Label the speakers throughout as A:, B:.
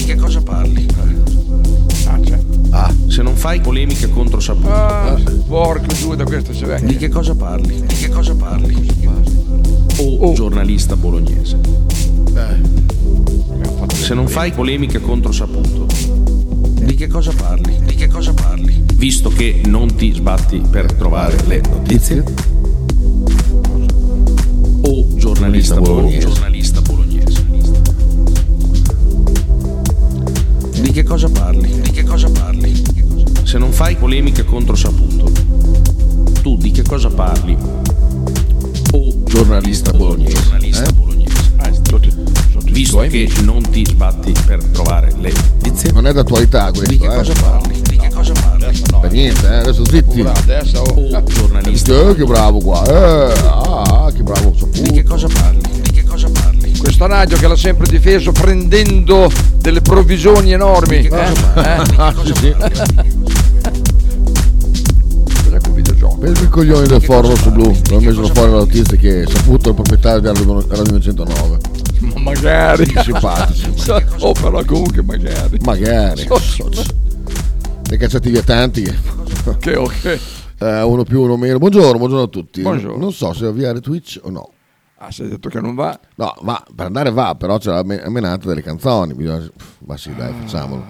A: che cosa parli?
B: Ah, c'è.
A: Ah, se non fai polemiche contro saputo.
B: Ah, porco Giuda, questo c'è vecchio.
A: Di che cosa parli? Di che cosa parli? O giornalista bolognese.
B: Mi ha fatto
A: Se non fai polemiche contro saputo, di che cosa parli? Di che cosa parli? Visto che non ti sbatti per trovare le notizie. O giornalista bolognese. Giornalista bolognese. Di che cosa parli? Di che cosa parli? Se non fai polemiche contro saputo, tu di che cosa parli? O giornalista bolognese. Eh? Giornalista bolognese.
B: Ah, sono tutti- sono tutti
A: Visto
B: tuoi
A: che
B: amici.
A: non ti sbatti per trovare le notizie.
C: Non è d'attualità
A: Di
C: questo,
A: che
C: eh.
A: cosa parli? Di che cosa parli?
B: Adesso no.
C: Per niente, eh. Adesso zitti.
B: Ora, adesso
A: O
B: oh.
A: giornalista.
C: Eh, che bravo qua. Eh, ah, che bravo. so-
A: Di che cosa parli? Di che cosa parli?
B: Questo radio che l'ha sempre difeso prendendo delle provvisioni enormi.
A: Di che
B: Eh?
A: cosa parli? Di
C: Ah,
A: che
C: sì,
A: cosa
C: sì.
A: parli?
B: Cos'è quel videogioco?
C: Per il coglione
A: Di
C: del
A: che
C: foro
A: cosa
C: su
A: parli?
C: blu,
A: Di
C: l'ho
A: che
C: messo
A: cosa
C: fuori la
A: parli?
C: notizia che è saputo il proprietario di Radio Radio 109.
B: Ma magari.
C: Simpatici.
B: oh, però comunque magari.
C: Magari. Ne cacciati via tanti.
B: Ok, ok.
C: Eh, uno più, uno meno. Buongiorno, buongiorno a tutti.
B: Buongiorno.
C: Non so se avviare Twitch o no.
B: Ah, se hai detto che non va.
C: No, va, per andare va, però c'è la me- menata delle canzoni. bisogna- Ma sì,
A: Ah.
C: dai, facciamolo.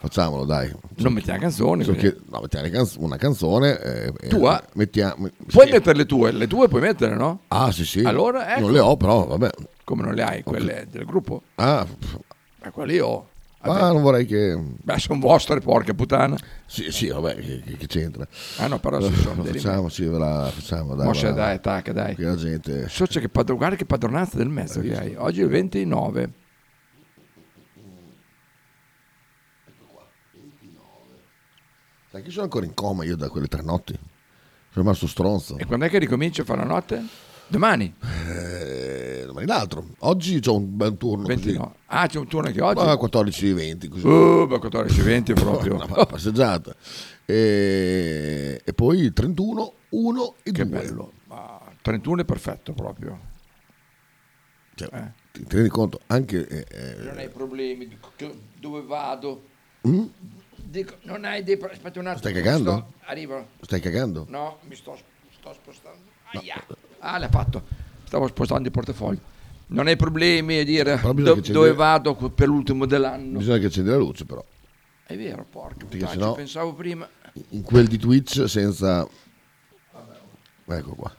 C: Facciamolo, dai.
B: Non metti la canzone.
C: So
B: quindi.
C: che- no, mettiamo le canz- una canzone. eh, eh,
B: Tua?
C: Mettiamo,
B: Puoi
C: sì.
B: mettere le tue, le tue puoi mettere, no?
C: Ah, sì, sì.
B: Allora, ecco.
C: Non le ho, però, vabbè.
B: Come non le hai, quelle del gruppo.
C: Ah, pff,
B: Ma quelle io ho. Vabbè,
C: ma non vorrei che.
B: Beh, sono vostre, porca puttana.
C: Sì, sì, vabbè, che, che- che c'entra.
B: Ah no, però se sono
C: Lo
B: delle...
C: Eh, facciamo, sì, ve la facciamo, dai.
B: Moscia,
C: va.
B: dai, tacca, dai.
C: Che la gente.
B: So c'è che padron- guarda che padronanza del mezzo che hai. Oggi è il 29.
C: Sai che sono ancora in coma io da quelle tre notti? Sono rimasto stronzo.
B: E quando è che ricomincio a fare la notte? Domani,
C: Eh, domani l'altro. Oggi c'ho un bel turno. così.
B: 29. Ah, c'è un turno anche oggi.
C: Ah, 14-20, così.
B: Uh, ma 14.20 proprio.
C: Una pa- passeggiata. Eh, E, e poi 31, 1 e
B: che
C: 2.
B: bello. Ma 31 è perfetto proprio.
C: Cioè,
B: Eh.
C: ti, ti rendi conto? Anche eh, eh,
B: Non hai problemi, dico, che- dove vado? Dico, non hai dei problemi. Aspetta un attimo.
C: Mm? Stai cagando?
B: sto- arrivo.
C: stai cagando?
B: No, mi sto, sto spostando. Aia. Ah, l'ha fatto. Stavo spostando il portafoglio. Non hai problemi a dire
C: Però bisogna
B: do-
C: che ci
B: dove
C: dia-
B: vado que- per l'ultimo dell'anno.
C: Bisogna che accendi la luce, però.
B: È vero, porca
C: Perché
B: puttana,
C: sennò-
B: ci pensavo prima.
C: In quel di Twitch senza. Ecco qua.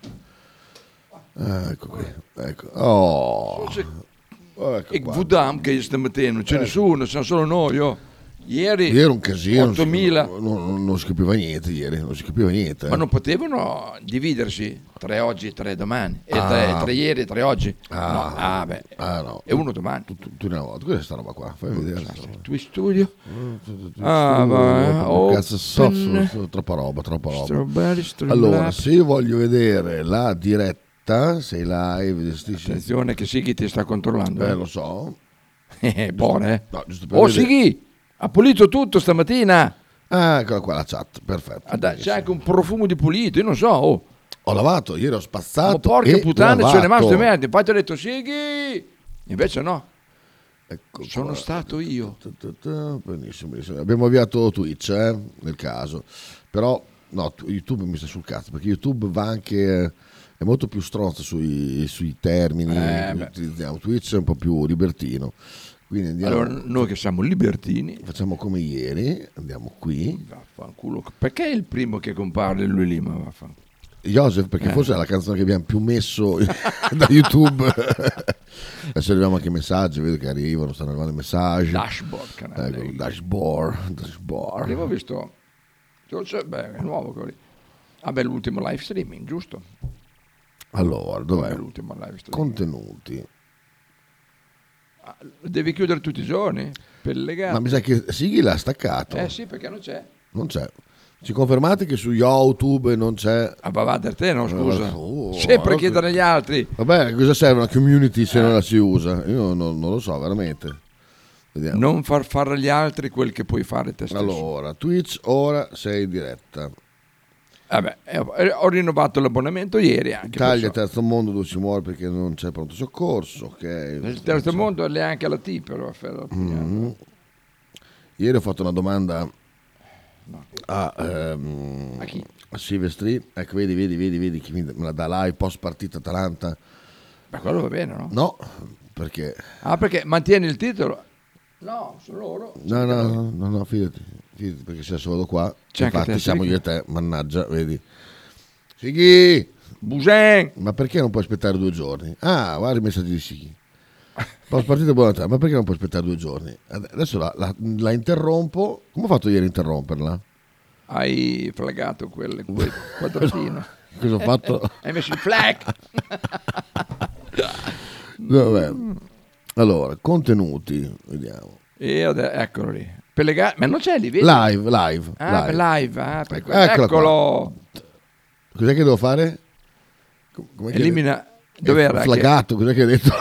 C: Ah, ecco qui. Ecco. Oh,
B: Forse
C: ecco
B: ik
C: qua.
B: voedam che io stamattina, non c'è nessuno, siamo solo noi. oh. Ieri,
C: Eh. Ieri era un casino. non si-
B: 8.000.
C: Non, non- non si capiva niente ieri, non si capiva niente. eh.
B: ma non potevano dividersi tre oggi, tre domani, e
C: Ah.
B: tre, tre ieri, tre oggi.
C: Ah.
B: No, ah, beh,
C: Ah, no.
B: e uno domani.
C: Tu, tu, tu ne volta. Cos'è sta roba qua? Fai vedere. sta roba.
B: Tu in studio?
C: Mm,
B: Ah, ma
C: Oh, cazzo, so, so,
B: open-
C: so, troppa roba, troppa roba.
B: Strawberry, strawberry.
C: Allora, se io voglio vedere la diretta, sei live, gestisci.
B: Attenzione che Sighi ti sta
C: Eh,
B: controllando.
C: lo so.
B: Eh, buona, eh.
C: No, giusto per
B: Oh
C: vedere.
B: Sighi, ha pulito tutto stamattina.
C: Ah, eccola qua la chat, perfetto.
B: Ah, dai, C'è anche un profumo di pulito, io non so. Oh.
C: Ho lavato, ieri ho spazzato.
B: Ma porca
C: e
B: puttana,
C: lavato.
B: sono rimasto in merda. Infatti ho detto Sighi. Invece no,
C: Ecco
B: sono
C: qua.
B: stato io.
C: Ta, ta, ta. Benissimo, benissimo. Abbiamo avviato Twitch, eh, nel caso. Però, no, tu- YouTube mi sta sul cazzo, perché YouTube va anche... eh, È molto più stronzo sui, sui termini
B: Eh,
C: che
B: beh.
C: utilizziamo. Twitch è un po' più libertino. Quindi andiamo,
B: Allora, noi che siamo libertini,
C: facciamo come ieri, andiamo qui.
B: vaffanculo. Perché è il primo che compare lui lì? Ma vaffanculo.
C: Joseph, perché
B: Eh.
C: forse è la canzone che abbiamo più messo da YouTube. Adesso arriviamo anche i messaggi, vedo che arrivano, stanno arrivando i messaggi.
B: Dashboard, canale.
C: Ecco, dashboard, dashboard.
B: Avevo visto, cioè, beh, è nuovo quello lì. Ah beh, l'ultimo live streaming, giusto?
C: Allora,
B: È
C: dov'è?
B: l'ultimo live streaming.
C: Contenuti.
B: Devi chiudere tutti i giorni per
C: Ma
B: legare.
C: mi sa che Sighi l'ha staccato.
B: Eh sì, perché non c'è.
C: Non c'è. Ci confermate che su YouTube non c'è...
B: Ah, va va da te, no, scusa.
C: oh,
B: Sempre
C: allora-
B: chiedere agli altri.
C: Vabbè, cosa serve una community se non la si usa? Io non, non lo so, veramente. Vediamo.
B: Non far fare agli altri quel che puoi fare te stesso.
C: Allora, Twitch, ora sei in diretta.
B: Vabbè, eh, ho rinnovato l'abbonamento ieri anche.
C: Italia,
B: per so-
C: terzo mondo, dove si muore perché non c'è pronto soccorso. Ok.
B: Nel terzo mondo è anche eh, la T però. per-
C: Mm. Ieri ho fatto una domanda a, ehm,
B: A chi?
C: a Silvestri. Ecco, vedi, vedi, vedi, vedi chi mi- me la dà live post partita Atalanta.
B: Ma quello va bene, no?
C: No, perché
B: Ah, perché mantieni il titolo? No, sono loro.
C: No, no, no, no, no, fidati, fidati, perché se adesso vado qua,
B: C'è anche
C: infatti
B: te,
C: siamo
B: Sighi.
C: io e te, mannaggia, vedi. Sighi,
B: Busen!
C: ma perché non puoi aspettare due giorni? Ah, guarda i messaggi di Sighi. Posso partire buona tarda, ma perché non puoi aspettare due giorni? Ad- Adesso la, la- la interrompo, come ho fatto ieri a interromperla?
B: Hai flaggato quel, quel quadratino.
C: Cosa ho fatto?
B: Hai messo il flag!
C: Vabbè. Allora, contenuti, vediamo.
B: E ade- eccolo lì. Per le ga- Ma non c'è lì, vedi?
C: Live, live,
B: Ah, per
C: live.
B: live. ah, per
C: Ecco,
B: quello.
C: eccola qua.
B: Eccolo!
C: Cos'è che devo fare? Com- com'è che-
B: Elimina...
C: Eh,
B: Dov'era? Che...
C: Flagato, cos'è che hai detto?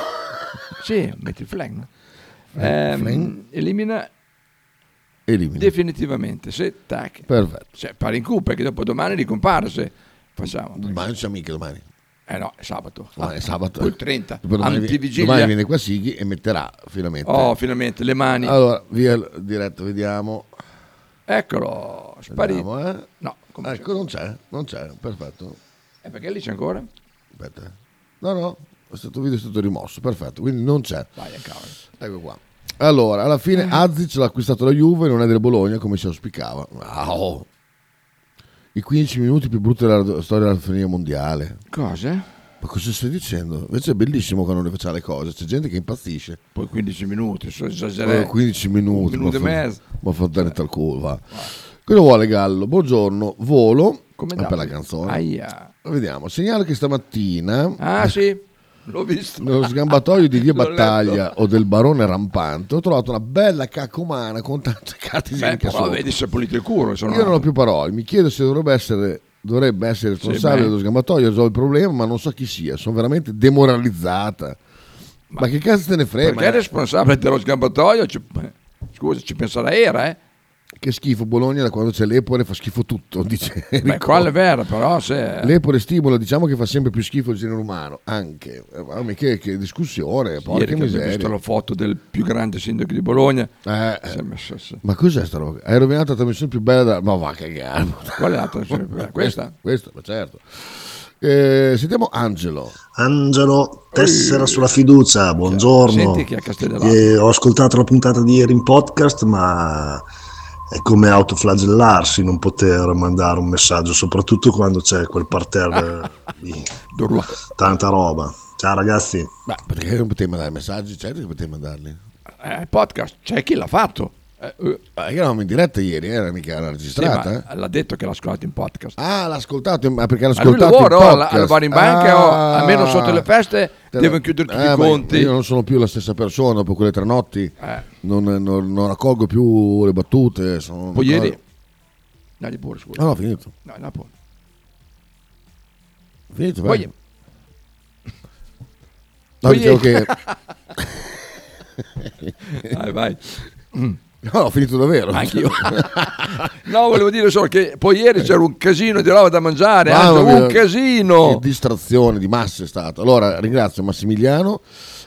B: Sì, metti il flag. no? Ehm,
C: flag.
B: Elimina
C: Elimina.
B: definitivamente. Se tac.
C: Perfetto.
B: Cioè, pari in Q, perché dopo domani ricompare se facciamo.
C: Domani non c'è mica domani.
B: Eh no, è sabato.
C: Domani Mm. Ah, è sabato.
B: Poi il 30.
C: Dopo Domani, vi-
B: Antivigilia.
C: domani viene Ah. qua Sighi e metterà finalmente.
B: Oh, finalmente, le mani.
C: allora, via il diretto, vediamo.
B: Eccolo, sparito.
C: Vediamo, eh.
B: No, come
C: Ecco, non c'è, non c'è, perfetto.
B: c'è? Eh, perché lì c'è ancora?
C: Aspetta. No, no, questo video è stato rimosso, perfetto, quindi non c'è.
B: Vai, a cavolo.
C: Ecco qua. Allora, alla fine Azic l'ha acquistato la Juve, non è del Bologna come si auspicava. Wow. I 15 minuti più brutti della storia della finire mondiale.
B: Cosa?
C: Ma cosa stai dicendo? Invece è bellissimo quando le facciamo le cose, c'è gente che impazzisce.
B: Poi 15 minuti, so
C: Eh,
B: esagerare.
C: 15 minuti,
B: minuto e
C: ma fa-
B: mezzo.
C: ma fa dare tal culo, va. Cosa vuole Gallo? Buongiorno, volo.
B: Come
C: Ah,
B: dà?
C: per la canzone. Ecco.
B: Aia.
C: Vediamo, segnalo che stamattina
B: Ah sì, l'ho visto.
C: nello sgambatoio di Via
B: L'ho letto.
C: Battaglia o del Barone Rampante ho trovato una bella cacomana con tante carte di
B: Beh,
C: zinca
B: però
C: sopra.
B: vedi se è pulito il culo. se no-
C: Io non ho più parole, mi chiedo se dovrebbe essere, dovrebbe essere responsabile
B: beh.
C: dello sgambatoio, so il problema, ma non so chi sia, sono veramente demoralizzata. Ma, che cazzo te ne frega?
B: Perché è responsabile dello sgambatoio? Ci- Scusa, ci pensa la era, eh?
C: Che schifo Bologna da quando c'è l'Epore fa schifo tutto, dice
B: Beh,
C: Enrico.
B: quella è vera, però se...
C: L'Epore stimola, diciamo che fa sempre più schifo il genere umano, anche. Eh, mamma mia, che, che discussione, porca
B: Ieri che abbiamo visto
C: miseria.
B: la foto del più grande sindaco di Bologna.
C: Eh, eh,
B: Sembra- se- se-
C: ma cos'è sta roba? Hai rovinato la trasmissione più bella da... Ma va a cagare.
B: Qual è l'altra? Questa? Questa?
C: Boh, Questa, ma certo. Eh, sentiamo Angelo.
D: Angelo, tessera sulla fiducia, buongiorno.
B: Senti che a Castellammare.
D: Eh, ho ascoltato la puntata di ieri in podcast, ma è come autoflagellarsi non poter mandare un messaggio, soprattutto quando c'è quel parterre di
B: D'Urlo.
D: tanta roba. Ciao ragazzi.
C: Ma perché non potevi mandare messaggi? Certo che potevi mandarli.
B: Eh, podcast, c'è chi l'ha fatto. Eh, eh,
C: Ah, io eravamo in diretta ieri, era mica era
B: sì,
C: registrata. eh.
B: ma l'ha detto che l'ha ascoltato in podcast.
C: Ah, l'ha ascoltato, ma perché l'ha
B: Ma lui
C: ascoltato
B: lavora
C: in
B: oh, alla-
C: podcast.
B: al bar in banca,
C: Ah.
B: oh, almeno sotto le feste,
C: Te la-
B: devo chiudere tutti
C: Eh,
B: i
C: ma
B: conti.
C: Io non sono più la stessa persona dopo quelle tre notti,
B: Eh.
C: non, non- non raccolgo più le battute. Sono Ah,
B: Poi ieri... Dagli pure, scusa.
C: No, no, finito.
B: No, no, pure.
C: Finito,
B: Poi-
C: vai. No,
B: poi
C: dicevo
B: ieri-
C: che...
B: Vai, vai.
C: No, ho finito davvero.
B: Anche io. no, volevo dire solo che poi ieri c'era un casino di roba da mangiare,
C: Eh. Mamma
B: Angelo, un
C: mia, Che
B: casino.
C: distrazione di massa è stata. Allora ringrazio Massimiliano,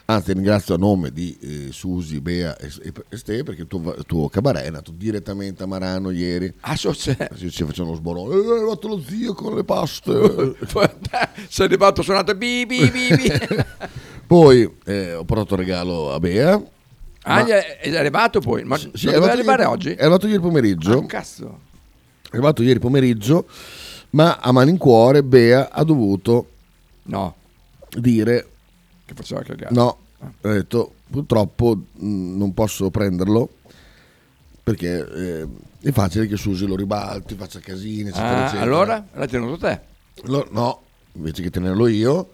C: anzi ringrazio a nome di eh, Susi, Bea e, e, e Ste perché il tuo, il tuo cabaret è nato direttamente a Marano ieri.
B: Ah, so c'è.
C: Ci, ci facevano lo sborone, eh, è arrivato lo zio con le paste.
B: Sei arrivato suonato bi bi bi bi.
C: Poi eh, ho portato il regalo a Bea.
B: Ah, è arrivato poi, ma
C: Sì,
B: doveva
C: arrivato
B: arrivare
C: ieri-
B: oggi?
C: È arrivato ieri pomeriggio.
B: Ah, cazzo.
C: È arrivato ieri pomeriggio, ma a malincuore Bea ha dovuto
B: No,
C: dire
B: che faceva cagare.
C: No, ho detto purtroppo mh, non posso prenderlo perché eh, è facile che Susi lo ribalti, faccia casini, eccetera,
B: Ah,
C: eccetera.
B: allora l'ha tenuto te.
C: Lo- no, invece che tenerlo io,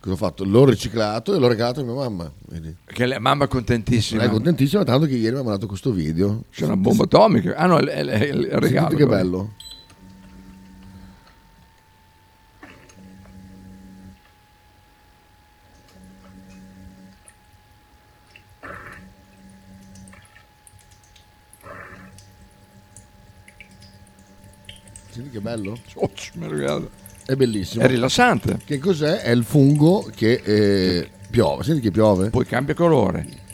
C: cosa ho fatto? L'ho riciclato e l'ho regalato a mia mamma. Quindi,
B: Che la mamma è contentissima.
C: lei è contentissima, tanto che ieri mi ha mandato questo video.
B: C'è una bomba atomica. Ah no, è, è- è il regalo.
C: Sentite che bello. Senti che bello?
B: Oh, ci- mi regalo.
C: È bellissimo.
B: È rilassante.
C: Che cos'è? È il fungo che eh, piove. Senti che piove?
B: Poi cambia colore.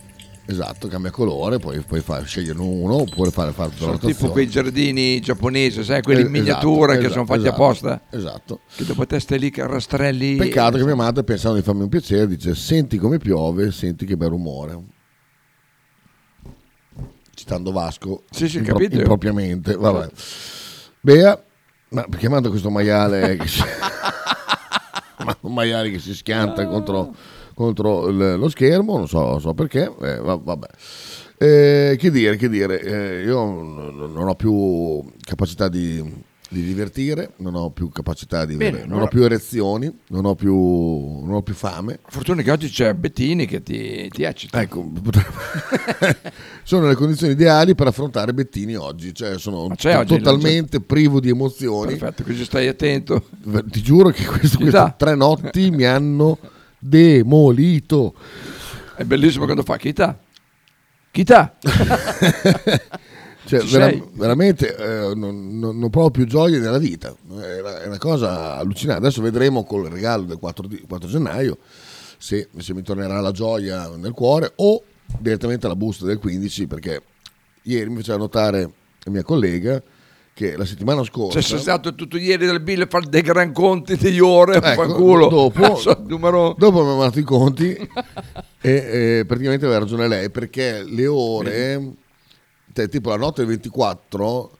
C: Esatto, cambia colore, poi puoi fare- sceglierne uno oppure fare, fare tutta la
B: Sono
C: rotazione.
B: tipo quei giardini giapponesi, sai, quelli in
C: Eh, esatto,
B: miniatura che
C: certo, esatto,
B: sono fatti
C: esatto,
B: apposta.
C: Esatto.
B: Che dopo te stai lì che rastrelli.
C: Peccato che mia madre, pensando di farmi un piacere, dice: Senti come piove, senti che bel rumore. Citando Vasco,
B: Sì, sì, capito.
C: impropriamente. Vabbè. Bea, ma perché manda questo maiale che si... ma un maiale che si schianta contro, contro il- lo schermo? Non so, non so perché, eh, va- vabbè. Eh, che dire, che dire, eh, io non non ho più capacità di, di divertire, non ho più capacità di...
B: Bene,
C: non ho
B: allora-
C: più erezioni, non ho più, non ho più fame.
B: Fortuna che oggi c'è Bettini che ti, ti eccita.
C: Ecco, potrebbe- sono le condizioni ideali per affrontare Bettini oggi, cioè sono
B: Ma c'è
C: to-
B: oggi il
C: totalmente privo di emozioni.
B: Perfetto, Esatto. così stai attento.
C: Ver- Ti giuro che questo-
B: Ci
C: queste
B: sta.
C: tre notti mi hanno demolito.
B: È bellissimo quando fa chita. Chita.
C: Cioè,
B: Ci
C: vera-
B: sei?
C: veramente eh, non, non- non provo più gioia nella vita. È una, è una cosa allucinante. Adesso vedremo col regalo del 4, di- 4 gennaio se, se mi tornerà la gioia nel cuore o direttamente alla busta del 15 perché ieri mi faceva notare la mia collega che la settimana scorsa...
B: C'è Cioè, stato tutto ieri dal Bill a fare dei gran conti degli ore,
C: Ecco,
B: fanculo.
C: dopo-
B: So, numero...
C: Dopo mi ha mandato i conti e eh, praticamente aveva ragione lei perché le ore, cioè, tipo la notte del 24,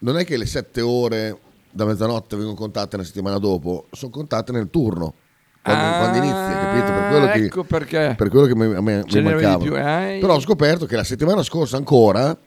C: non è che le 7 ore da mezzanotte vengono contate una settimana dopo, sono contate nel turno, quando,
B: Ah,
C: quando inizia, capito? Per quello che,
B: ecco perché.
C: per quello che mi- a me
B: Ce
C: mi
B: ne avevi
C: mancava.
B: più, eh? Mm.
C: Però ho scoperto che la settimana scorsa ancora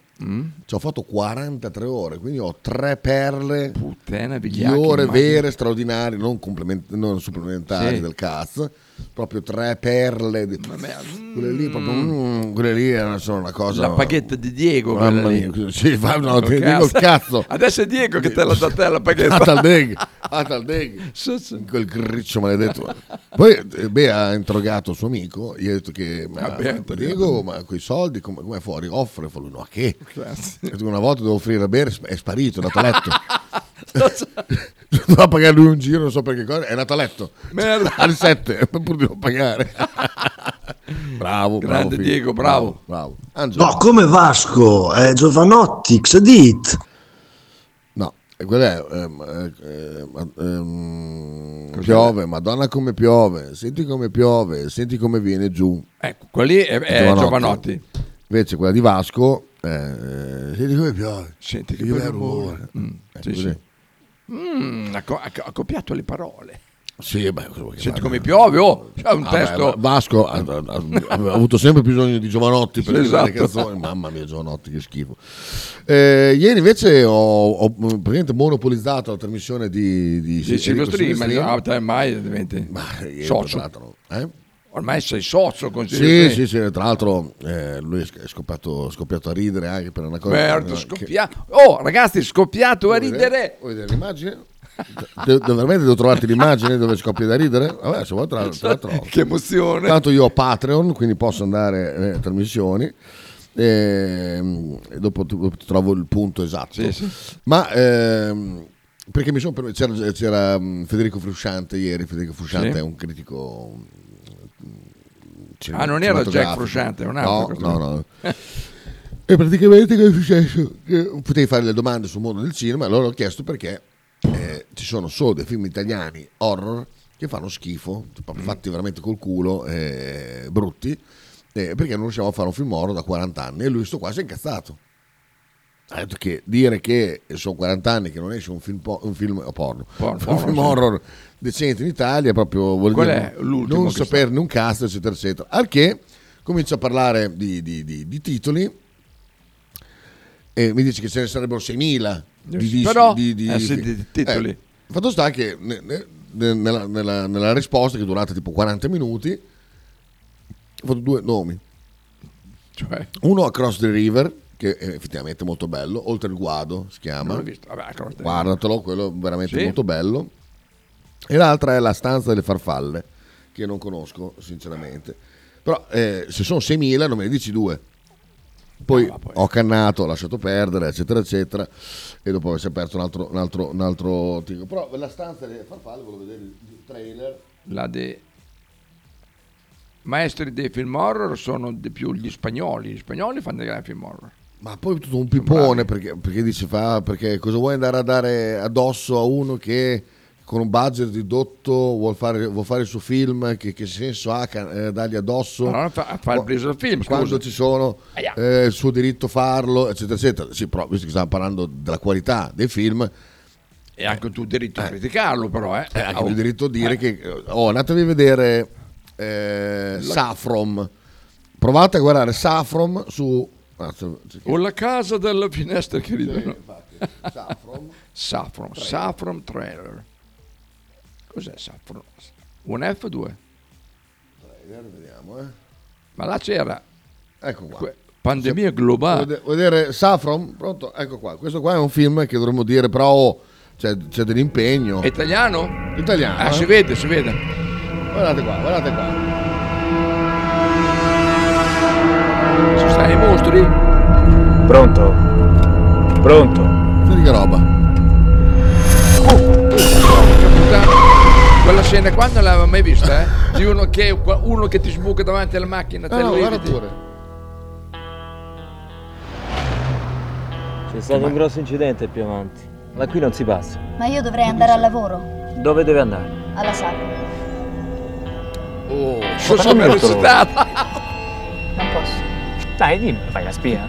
C: ci ho fatto 43 ore, quindi ho tre perle
B: Puttana,
C: di
B: vigliacchi.
C: ore
B: immagino.
C: vere, straordinarie, non, complement- non supplementari
B: Sì.
C: del cazzo, proprio tre perle. Di...
B: Vabbè,
C: Quelle lì, proprio, mm, quelle lì erano- sono una cosa.
B: La paghetta di Diego.
C: Mamma
B: quella lì.
C: mia, sì, fa- no,
B: Oh,
C: ti dico il cazzo.
B: Adesso è Diego che te la dà te la paghetta.
C: Ataldeg, Ataldeg,
B: Sì, sì.
C: quel griccio maledetto. Poi eh, Bea ha interrogato il suo amico, gli ha detto che, ma,
B: Ah, Bea,
C: ma Diego, ma quei soldi come, come fuori? Offre, fa lui, no, a che?
B: Grazie.
C: Ha detto, Una volta devo offrire a bere, è sp- è sparito, è andato a letto.
B: Sto-
C: Doveva pagare lui un giro, non so per che cosa, è andato a letto.
B: Merda.
C: alle 7 pur di non pagare. bravo, bravo,
B: Grande
C: figlio.
B: Diego, bravo.
C: Bravo. Angelo,
D: No,
C: no,
D: come Vasco, è Giovanotti, Xedit.
C: eh, quello è ehm, eh, eh, ma- ehm, piove, Madonna come piove, senti come piove, senti come viene giù.
B: Ecco, quello lì è, è
C: Giovanotti.
B: Giovanotti.
C: Invece quella di Vasco eh, senti come piove.
B: Senti che
C: Io
B: bel
C: ero-
B: rumore. Mm,
C: Eh,
B: sì,
C: così.
B: sì. Mm, ha, co- ha co- ha copiato le parole.
C: Sì, beh, cosa vuoi che
B: Senti
C: vada?
B: come piove, oh, c'è un
C: Vabbè,
B: testo.
C: ma Vasco ha, ha- ha- aveva avuto sempre bisogno di Giovanotti per scrivere le
B: Esatto.
C: canzoni. Mamma mia, Giovanotti, che schifo. Eh, ieri invece ho, ho mm, praticamente monopolizzato la trasmissione di, di,
B: Sì, Silvio
C: Enrico
B: Strilli, ma
C: Silvestrini.
B: no, te ormai diventi
C: Ma ieri
B: socio.
C: peraltro, eh?
B: Ormai sei socio con Silvio
C: Sì,
B: Strilli.
C: sì, sì, tra l'altro eh, lui è sc- è scoppiato, scoppiato a ridere anche per una cosa.
B: Merda,
C: che-
B: scoppia- Oh, ragazzi, scoppiato a
C: Vuoi vedere-
B: ridere.
C: Vuoi vedere l'immagine? De- de- veramente devo trovarti l'immagine dove scoppia da ridere? Vabbè, se vuoi tra te la trovo.
B: Oh, Che emozione.
C: Tanto io ho Patreon, quindi posso andare eh, a trasmissioni. Ehm, E, dopo tu- dopo ti trovo il punto esatto.
B: Sì, sì.
C: Ma ehm, perché mi sono perm- c'era, c'era, mm, Federico Frusciante ieri. Federico Frusciante
B: Sì.
C: è un critico. mm, cine-
B: Ah, non era Jack
C: cinematografico.
B: Frusciante, è un altro questo.
C: No, no, no. E praticamente cosa è successo? Che potevi fare le domande sul mondo del cinema, allora ho chiesto perché eh, ci sono solo dei film italiani horror che fanno schifo,
B: Mm.
C: proprio fatti veramente col culo, eh, brutti, eh, perché non riusciamo a fare un film horror da 40 anni e lui sto qua si è incazzato. Ha detto che dire che sono 40 anni che non esce un film, po- un film eh, porno,
B: Porno,
C: un
B: porno,
C: film
B: sì.
C: horror decente in Italia proprio vuol
B: Qual
C: dire
B: è l'ultimo
C: non
B: che sta-
C: saperne un cazzo eccetera eccetera. Al che comincia a parlare di, di- di- di titoli e mi dice che ce ne sarebbero 6.000 di, dischi-
B: Però-
C: di- di-
B: eh, sì, di- di titoli.
C: Eh, fatto sta che ne- ne- ne- nella, nella- nella risposta che è durata tipo 40 minuti ho fatto due nomi.
B: Cioè,
C: Uno Across the River, che è effettivamente molto bello, Oltre il Guado
B: non
C: si chiama.
B: l'ho visto. Vabbè, ecco,
C: Guardatelo, quello è veramente
B: Sì.
C: molto bello. E l'altra è La stanza delle farfalle, che non conosco sinceramente. Però eh, se sono 6.000 non me ne dici due. Poi,
B: No, Ah, ma poi-
C: ho cannato, ho lasciato perdere, eccetera, eccetera. E dopo si è perso un altro, un altro, un altro titolo. Però la stanza delle farfalle, volevo vedere il il trailer.
B: La de... maestri dei film horror sono di più gli spagnoli. Gli spagnoli fanno dei grandi film horror.
C: Ma poi tutto un pipone perché, perché dice fa perché cosa vuoi andare a dare addosso a uno che con un budget ridotto vuol fare, vuol fare il suo film che, che senso ha can- eh, dargli addosso
B: Allora fa, fa il
C: Qua-
B: preso del film, scusa.
C: quando ci sono
B: Aia.
C: eh, il suo diritto a farlo eccetera eccetera sì però visto che stiamo parlando della qualità dei film
B: Eh, E anche tu il diritto a criticarlo, però. Eh.
C: hai anche
B: Oh.
C: il diritto a dire che eh, oh, andatevi a vedere eh, Safrom provate a guardare Safrom su anzi,
B: O la casa della finestra che ridono.
C: Safrom
B: Saffron, Saffron Trailer. Cos'è Saffron? Un F2?
C: vediamo eh
B: Ma là c'era
C: Ecco qua.
B: que- Ah. pandemia
C: Vuoi
B: globale.
C: vede- vuoi vedere Saffron? Pronto? Ecco qua. Questo qua è un film che dovremmo dire, però oh, c'è, c'è dell'impegno.
B: È italiano?
C: Italiano.
B: Ah,
C: eh.
B: si vede, si vede.
C: Guardate qua, guardate qua.
B: Ci stanno i mostri?
E: Pronto? Pronto?
C: Vedi che roba.
B: Puttana. Quella scena qua non l'avevo mai vista, eh? Di uno che, uno che ti sbuca davanti alla macchina.
C: Eh, No,
B: te
C: no,
B: lo
C: guarda
B: eviti.
C: pure.
E: C'è stato un grosso incidente più avanti. Da qui non si passa.
F: Ma io dovrei andare al lavoro,
E: Dove deve andare?
F: alla sala.
B: Oh, sono
E: Fammi vedere.
B: supercitata.
F: Non posso.
G: Dai, dimmi, fai la spia.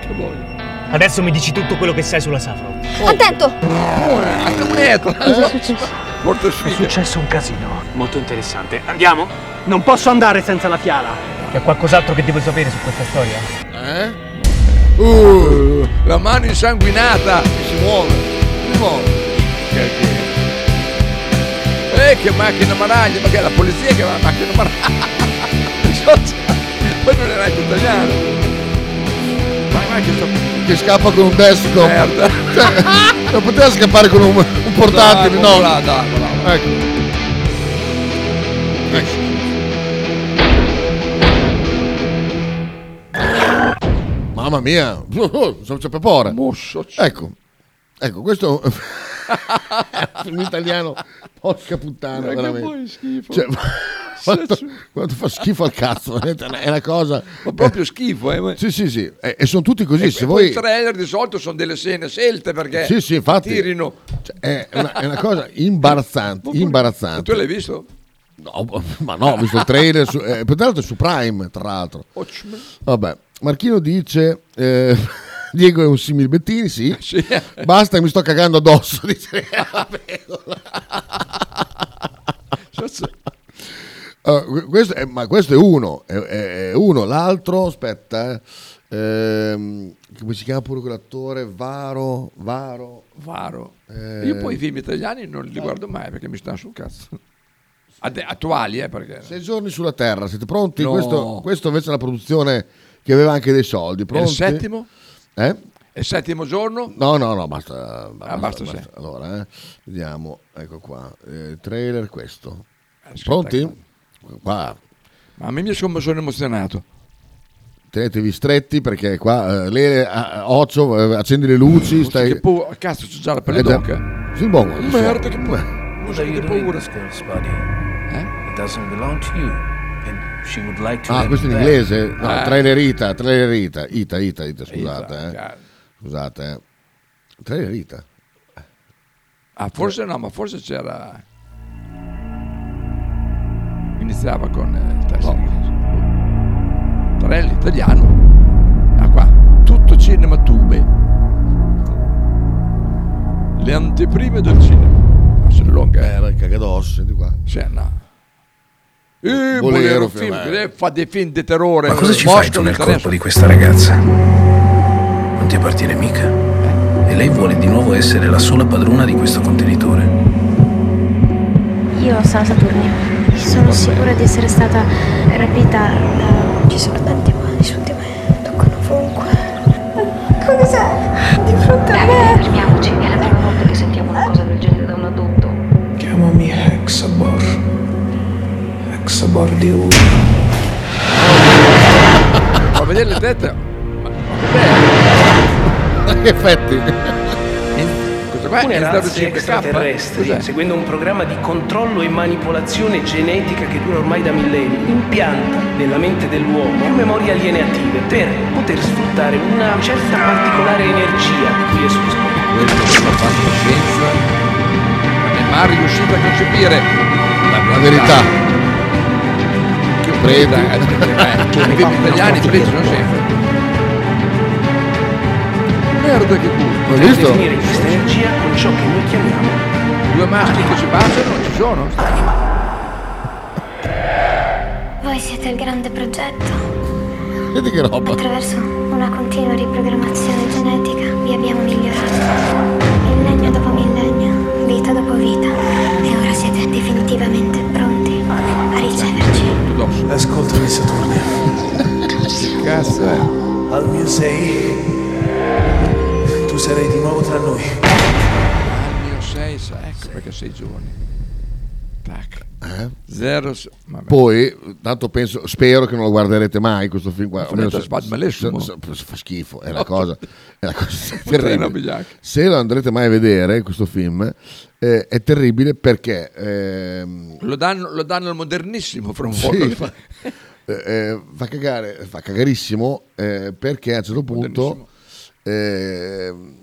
B: Che voglio?
G: Adesso mi dici tutto quello che sai sulla Safro.
F: Attento!
B: A tre metri.
F: Cosa è successo?
B: Porta sfiga.
G: successo un casino. Molto interessante. Andiamo? Non posso andare senza la fiala. C'è qualcos'altro che devo sapere su questa storia?
C: Eh?
B: Uh, la mano insanguinata.
C: Si muove. Si muove.
B: Eh, che macchina maraglia, ma che è la polizia che va la macchina maraglia? Poi non era anche italiano. Ma ma che sto
C: Che scappa con un desktop.
B: merda.
C: Cioè, non poteva scappare con un, un portatile,
B: Dai,
C: no.
B: là, dai, là, là.
C: Ecco. Ecco. Mamma mia, sono c'è paura.
B: Mosso. cioè,
C: Ecco, ecco, questo è un film italiano, porca puttana,
B: Ma che
C: veramente.
B: poi è schifo.
C: Cioè, quanto,
B: Sì, sì.
C: quanto fa schifo al cazzo, veramente, è una cosa...
B: Ma Eh, proprio schifo, eh. ma-
C: Sì, sì, sì, e, e sono tutti così,
B: E
C: se
B: poi
C: voi...
B: I trailer di solito sono delle scene scelte perché
C: Sì, sì, infatti.
B: tirino.
C: Cioè, è, una, è una cosa imbarazzante,
B: Ma Tu
C: imbarazzante.
B: l'hai visto?
C: No, ma no, ho visto il trailer, su, eh, tra l'altro è su Prime, tra l'altro.
B: Oh, c-
C: Vabbè, Marchino dice... eh, Diego è un simile Bettini, sì.
B: Sì.
C: Basta che mi sto cagando addosso, dice. Allora, Eh, que- questo è- ma questo è uno, è, è- è uno. L'altro, aspetta, eh, ehm, come si chiama pure quell'attore? Varo, Varo.
B: Varo.
C: Eh.
B: Io poi i film italiani non li guardo mai perché mi stanno sul cazzo. Ad- attuali, eh, perché...
C: Sei giorni sulla Terra, siete pronti?
B: No.
C: Questo, questo invece è una produzione che aveva anche dei soldi.
B: E il
C: Pronti?
B: settimo?
C: Eh?
B: E il settimo giorno?
C: No, no, no, basta. basta,
B: Ah, basta, sì.
C: Allora, eh, vediamo, ecco qua, eh, trailer questo.
B: Aspetta,
C: Pronti? Qua,
B: Eh, Ma mi sono, sono emozionato.
C: tenetevi stretti perché qua, eh, lei, eh, Occio, eh, accendi le luci, stai...
B: Che po- cazzo, c'è già la pelle
C: Eh già.
B: d'oca.
C: Sul buono.
B: Merda, che
C: pure.
B: Musica di paura. Eh?
C: Ah, questo in inglese? No,
B: Ah.
C: trailerita, trailerita. Ita, ita, ita,
B: Esatto,
C: scusate. eh.
B: chiaro.
C: Scusate. Eh. Trailerita.
B: Ah, forse no, ma forse c'era... Iniziava con eh, il
H: Boh.
B: testo in inglese. Torelli, italiano. Ah, qua. Tutto cinema tube. Le anteprime del cinema. Ma se ne longa, eh.
C: Era il cagadosso, senti qua.
B: Cioè, no. Eh,
C: Bolero,
B: Bolero,
C: film,
B: film,
C: eh.
B: eh, fa dei film di terrore.
H: Ma cosa ci
B: Mosca
H: fai tu
B: non
H: nel
B: interessa.
H: corpo di questa ragazza? Non ti appartiene mica. E lei vuole di nuovo essere la sola padrona di questo contenitore.
I: Io sono Saturnia. Sono sicura di essere stata rapita. da- Ci sono tanti mani su di me, toccano ovunque. Cosa? Di fronte a me?
J: Fermiamoci, è la prima volta che sentiamo una cosa del genere da un adulto.
H: Chiamami Hexabor. Hexabor di Uri.
B: Fa vedere le tette.
C: Che effetti.
B: In- Cosa qua
H: Alcune
B: è il
H: razze
B: 05K? Cos'è?
H: extraterrestri, seguendo un programma di controllo e manipolazione genetica che dura ormai da millenni, impianta nella mente dell'uomo più memorie aliene attive per poter sfruttare una certa particolare energia di cui è sospettato.
B: quello della fantascienza non è mai riuscito a concepire la,
C: verità.
B: Che
C: Preti.
B: preda, eh, eh, gli italiani preti sono sempre. Merda che culo.
H: Per definire questa energia con ciò che noi chiamiamo
B: Due maschi che si baciano non ci sono.
I: Voi siete il grande progetto.
C: Vedi che roba.
I: Attraverso una continua riprogrammazione genetica vi abbiamo migliorato. Millennio dopo millennio, vita dopo vita. E ora siete definitivamente pronti a riceverci.
H: Ascoltami Saturno.
B: che cazzo è?
H: Al museo tu sarai di nuovo tra noi.
B: Al mio 6, ecco perché sei giovane. Tac.
C: Eh?
B: Zero. s- Vabbè.
C: Poi, tanto penso, spero che non lo guarderete mai questo film qua.
B: Ma
C: Almeno
B: fate
C: se-
B: sbagli, ma lei
C: se-
B: sumo.
C: se- se- Fa schifo, è una
B: No.
C: cosa, è una cosa
B: Un treno
C: terribile.
B: bigliacco.
C: Se lo andrete mai a vedere questo film, eh, è terribile perché ehm,
B: Lo danno, lo danno al modernissimo fra un
C: Sì,
B: po'.
C: fa- eh, eh, fa cagare, fa cagarissimo eh, perché a un certo punto ehm,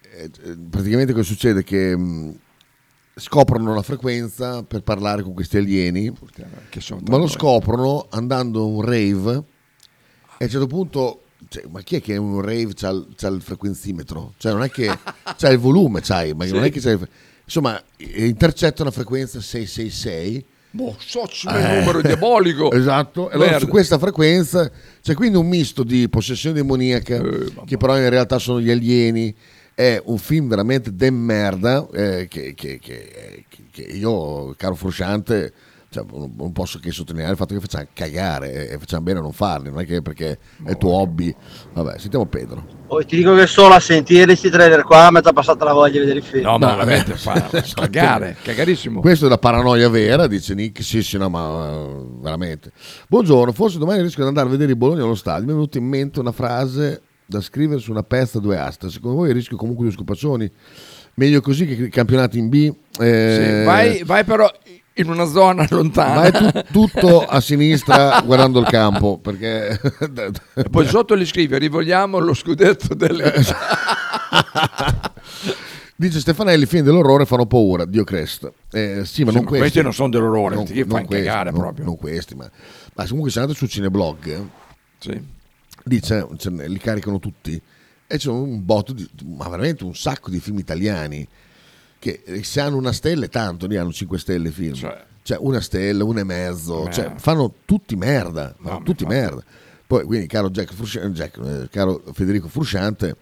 C: eh, eh, praticamente cosa succede? Che mh, scoprono la frequenza per parlare con questi alieni,
B: che sono tra
C: ma lo
B: noi.
C: scoprono andando a un rave e a un certo punto... cioè, ma chi è che in un rave c'ha il, c'ha il frequenzimetro? Cioè, non è che c'ha il volume, c'hai, ma non
B: Sì.
C: è che c'hai il- Insomma, eh, intercetta una frequenza 666
B: Boh, so c'è
C: eh.
B: un numero diabolico.
C: Esatto. E allora
B: Merda.
C: su questa frequenza c'è quindi un misto di possessione demoniaca, che però in realtà sono gli alieni. È un film veramente de merda. eh, che, che- che- che io, caro Frusciante, cioè, non non posso che sottolineare il fatto che facciamo cagare e- e facciamo bene a non farli. Non è che perché è il tuo hobby. Vabbè, sentiamo Pedro.
K: Oh, ti dico che solo a sentire questi trailer qua mi è già passata la voglia di vedere il film.
B: No, ma
C: No,
B: veramente
C: eh.
B: fa cagare, cagarissimo.
C: Questa è la paranoia vera, dice Nick. Sì, sì, no, ma eh, veramente. Buongiorno, forse domani riesco ad andare a vedere il Bologna allo stadio. Mi è venuta in mente una frase da scrivere su una pezza a due aste. Secondo voi il rischio comunque di scopazzoni? Meglio così che campionati in B. eh,
B: Sì, vai, vai però in una zona lontana.
C: vai tu- tutto a sinistra guardando il campo. Perché
B: E poi sotto gli scrivi, rivogliamo lo scudetto delle...
C: Eh, Dice Stefanelli, i film dell'orrore fanno paura, Dio Crest. Eh, sì, ma
B: Sì,
C: non
B: ma
C: questi.
B: questi non sono dell'orrore,
C: Non-
B: ti fanno
C: non questi,
B: cagare
C: non-
B: proprio.
C: Non questi, ma, ma comunque se andate su Cineblog, eh, dice, ce ne- li caricano tutti, e c'è un botto, di, ma veramente un sacco di film italiani, che eh, se hanno una stella è tanto, lì hanno 5 stelle i film. Cioè, una stella, una e mezzo,
B: Merda.
C: cioè, fanno tutti merda, fanno
B: ma
C: tutti merda. Poi, quindi, caro, Jack Frusci- Jack, eh, caro Federico Frusciante,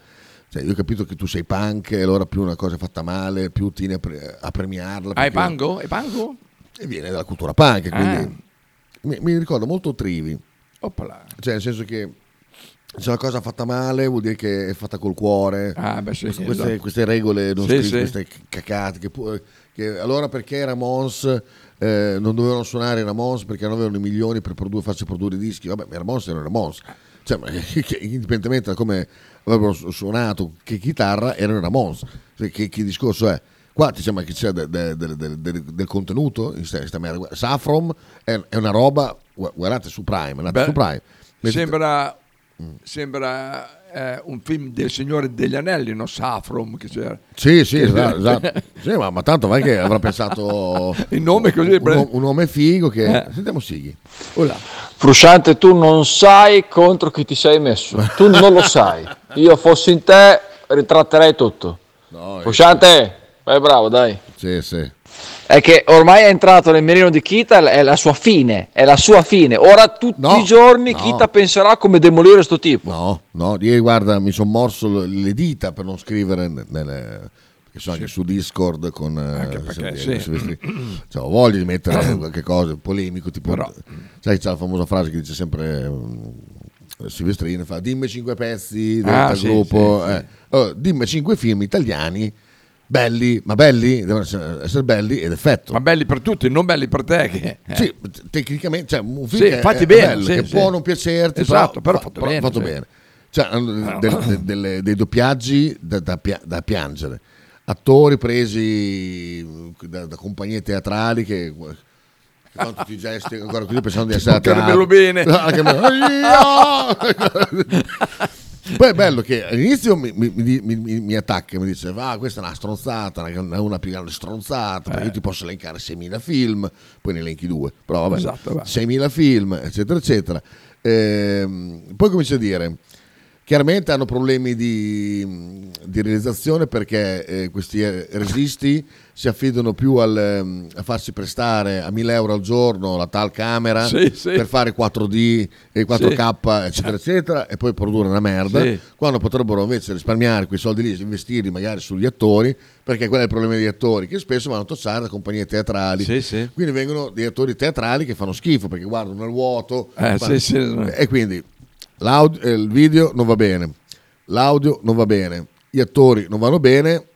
C: cioè, io ho capito che tu sei punk e allora più una cosa è fatta male, più tieni a, pre- a premiarla.
B: Ah, è
C: perché-
B: pango? È pango?
C: E viene dalla cultura punk, quindi
B: Ah.
C: mi, mi ricordo molto Trivi.
B: Oppala.
C: Cioè, nel senso che se una cosa è fatta male vuol dire che è fatta col cuore.
B: Ah, beh, sì,
C: queste,
B: sì,
C: queste-
B: esatto.
C: queste regole non
B: Sì,
C: scritte,
B: sì.
C: queste cacate. Che, pu- che- allora perché i Ramones eh, non dovevano suonare i Ramones perché non avevano i milioni per produ- farsi produrre i dischi? Vabbè, ma i Ramones erano i Ramones. Cioè, ma che- indipendentemente da come avrebbero su- suonato, che chitarra erano i Ramones. Cioè, che, che discorso è? Qua diciamo che c'è de- de- de- de- de- del contenuto in sta- sta merda. Saffron è, è una roba, gu- guardate su Prime, andate
B: Beh,
C: su Prime. Mettete-
B: Sembra,
C: Mm.
B: sembra eh, un film del Signore degli Anelli, no? Safrom che c'era.
C: Sì, sì,
B: Che-
C: esatto. esatto. Sì, ma, ma tanto vai che avrà pensato
B: Il nome così,
C: un,
B: pre-
C: un nome figo che...
B: Eh.
C: Sentiamo Sighi.
L: Frusciante, tu non sai contro chi ti sei messo. Tu non lo sai. Io fossi in te, ritratterei tutto.
C: No, eh.
L: Frusciante, vai bravo, dai.
C: Sì, sì.
L: È che ormai è entrato nel mirino di Kita, è la sua fine, è la sua fine. Ora tutti
C: No,
L: i giorni
C: no.
L: Kita penserà come demolire sto tipo.
C: No, no, ieri guarda, mi sono morso le- le dita per non scrivere ne- nelle- che sono anche su Discord con eh,
B: Anche perché,
C: se-
B: sì.
C: se vesti- cioè, ho voglia di mettere qualche cosa polemico, tipo sai c'è la famosa frase che dice sempre mm, Silvestrino fa dimmi cinque pezzi del
B: Ah,
C: tal
B: sì,
C: gruppo,
B: sì, sì.
C: eh. Allora, dimmi cinque film italiani belli, ma belli devono essere essere belli ed effetto.
B: Ma belli per tutti, non belli per te. Che, eh.
C: Sì, t- tecnicamente, cioè, un film
B: Sì,
C: che è-
B: fatti
C: è
B: bene,
C: bello,
B: sì,
C: che
B: sì.
C: può non piacerti,
B: Esatto, però fatto
C: fa-
B: bene,
C: fatto
B: sì.
C: bene. Cioè, hanno del- del- delle- dei doppiaggi da, da pia- da piangere. attori presi da, da compagnie teatrali che che fanno tutti i gesti ancora così pensando di essere a teatro.
B: Porterebbe bene.
C: No, che me- Poi è bello che all'inizio mi, mi- mi- mi- mi attacca, mi dice, ah, questa è una stronzata, una, una più grande stronzata,
B: Eh.
C: perché io ti posso elencare 6.000 film, poi ne elenchi due, però vabbè,
B: Esatto, va.
C: 6.000 film, eccetera, eccetera. Ehm, poi comincia a dire, chiaramente hanno problemi di, di realizzazione perché eh, questi eh, registi si affidano più al, ehm, a farsi prestare a 1.000 euro al giorno la tal camera
B: Sì, sì.
C: per fare 4D e 4K, eccetera, eccetera, e poi produrre una merda,
B: Sì.
C: quando potrebbero invece risparmiare quei soldi lì, investirli magari sugli attori, perché quello è il problema degli attori, che spesso vanno a tossare da compagnie teatrali. Quindi vengono degli attori teatrali che fanno schifo, perché guardano al vuoto.
B: Eh,
C: fanno-
B: sì, sì.
C: E quindi l'audio- eh, il video non va bene, l'audio non va bene, gli attori non vanno bene.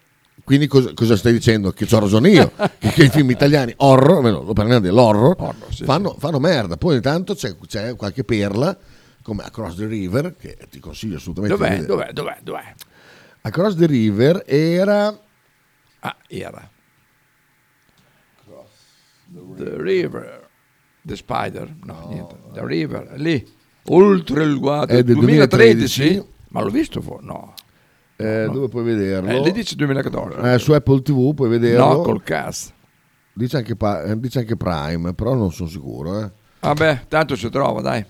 C: Quindi cosa, cosa stai dicendo? Che ho ragione io, che, che i film italiani horror, almeno lo parliamo dell'horror, fanno, Ah, fanno merda. Poi ogni tanto c'è, c'è qualche perla come Across the River, che ti consiglio assolutamente di
B: eh, Dov'è?
C: vedere.
B: Dov'è? Dov'è? Dov'è?
C: Across the River era...
B: Ah, era. The River. The Spider. No, niente. The River. Lì. Oltre il guado.
C: È del
B: 2013?
C: 2013.
B: Ma l'ho visto fu- No.
C: eh, Dove puoi vederlo?
B: Eh, lì dice 2014.
C: Eh, su Apple TV puoi vederlo.
B: No, col cast.
C: Dice anche, pa- eh, dice anche Prime, però non sono sicuro. Eh.
B: Vabbè, tanto si trova, dai.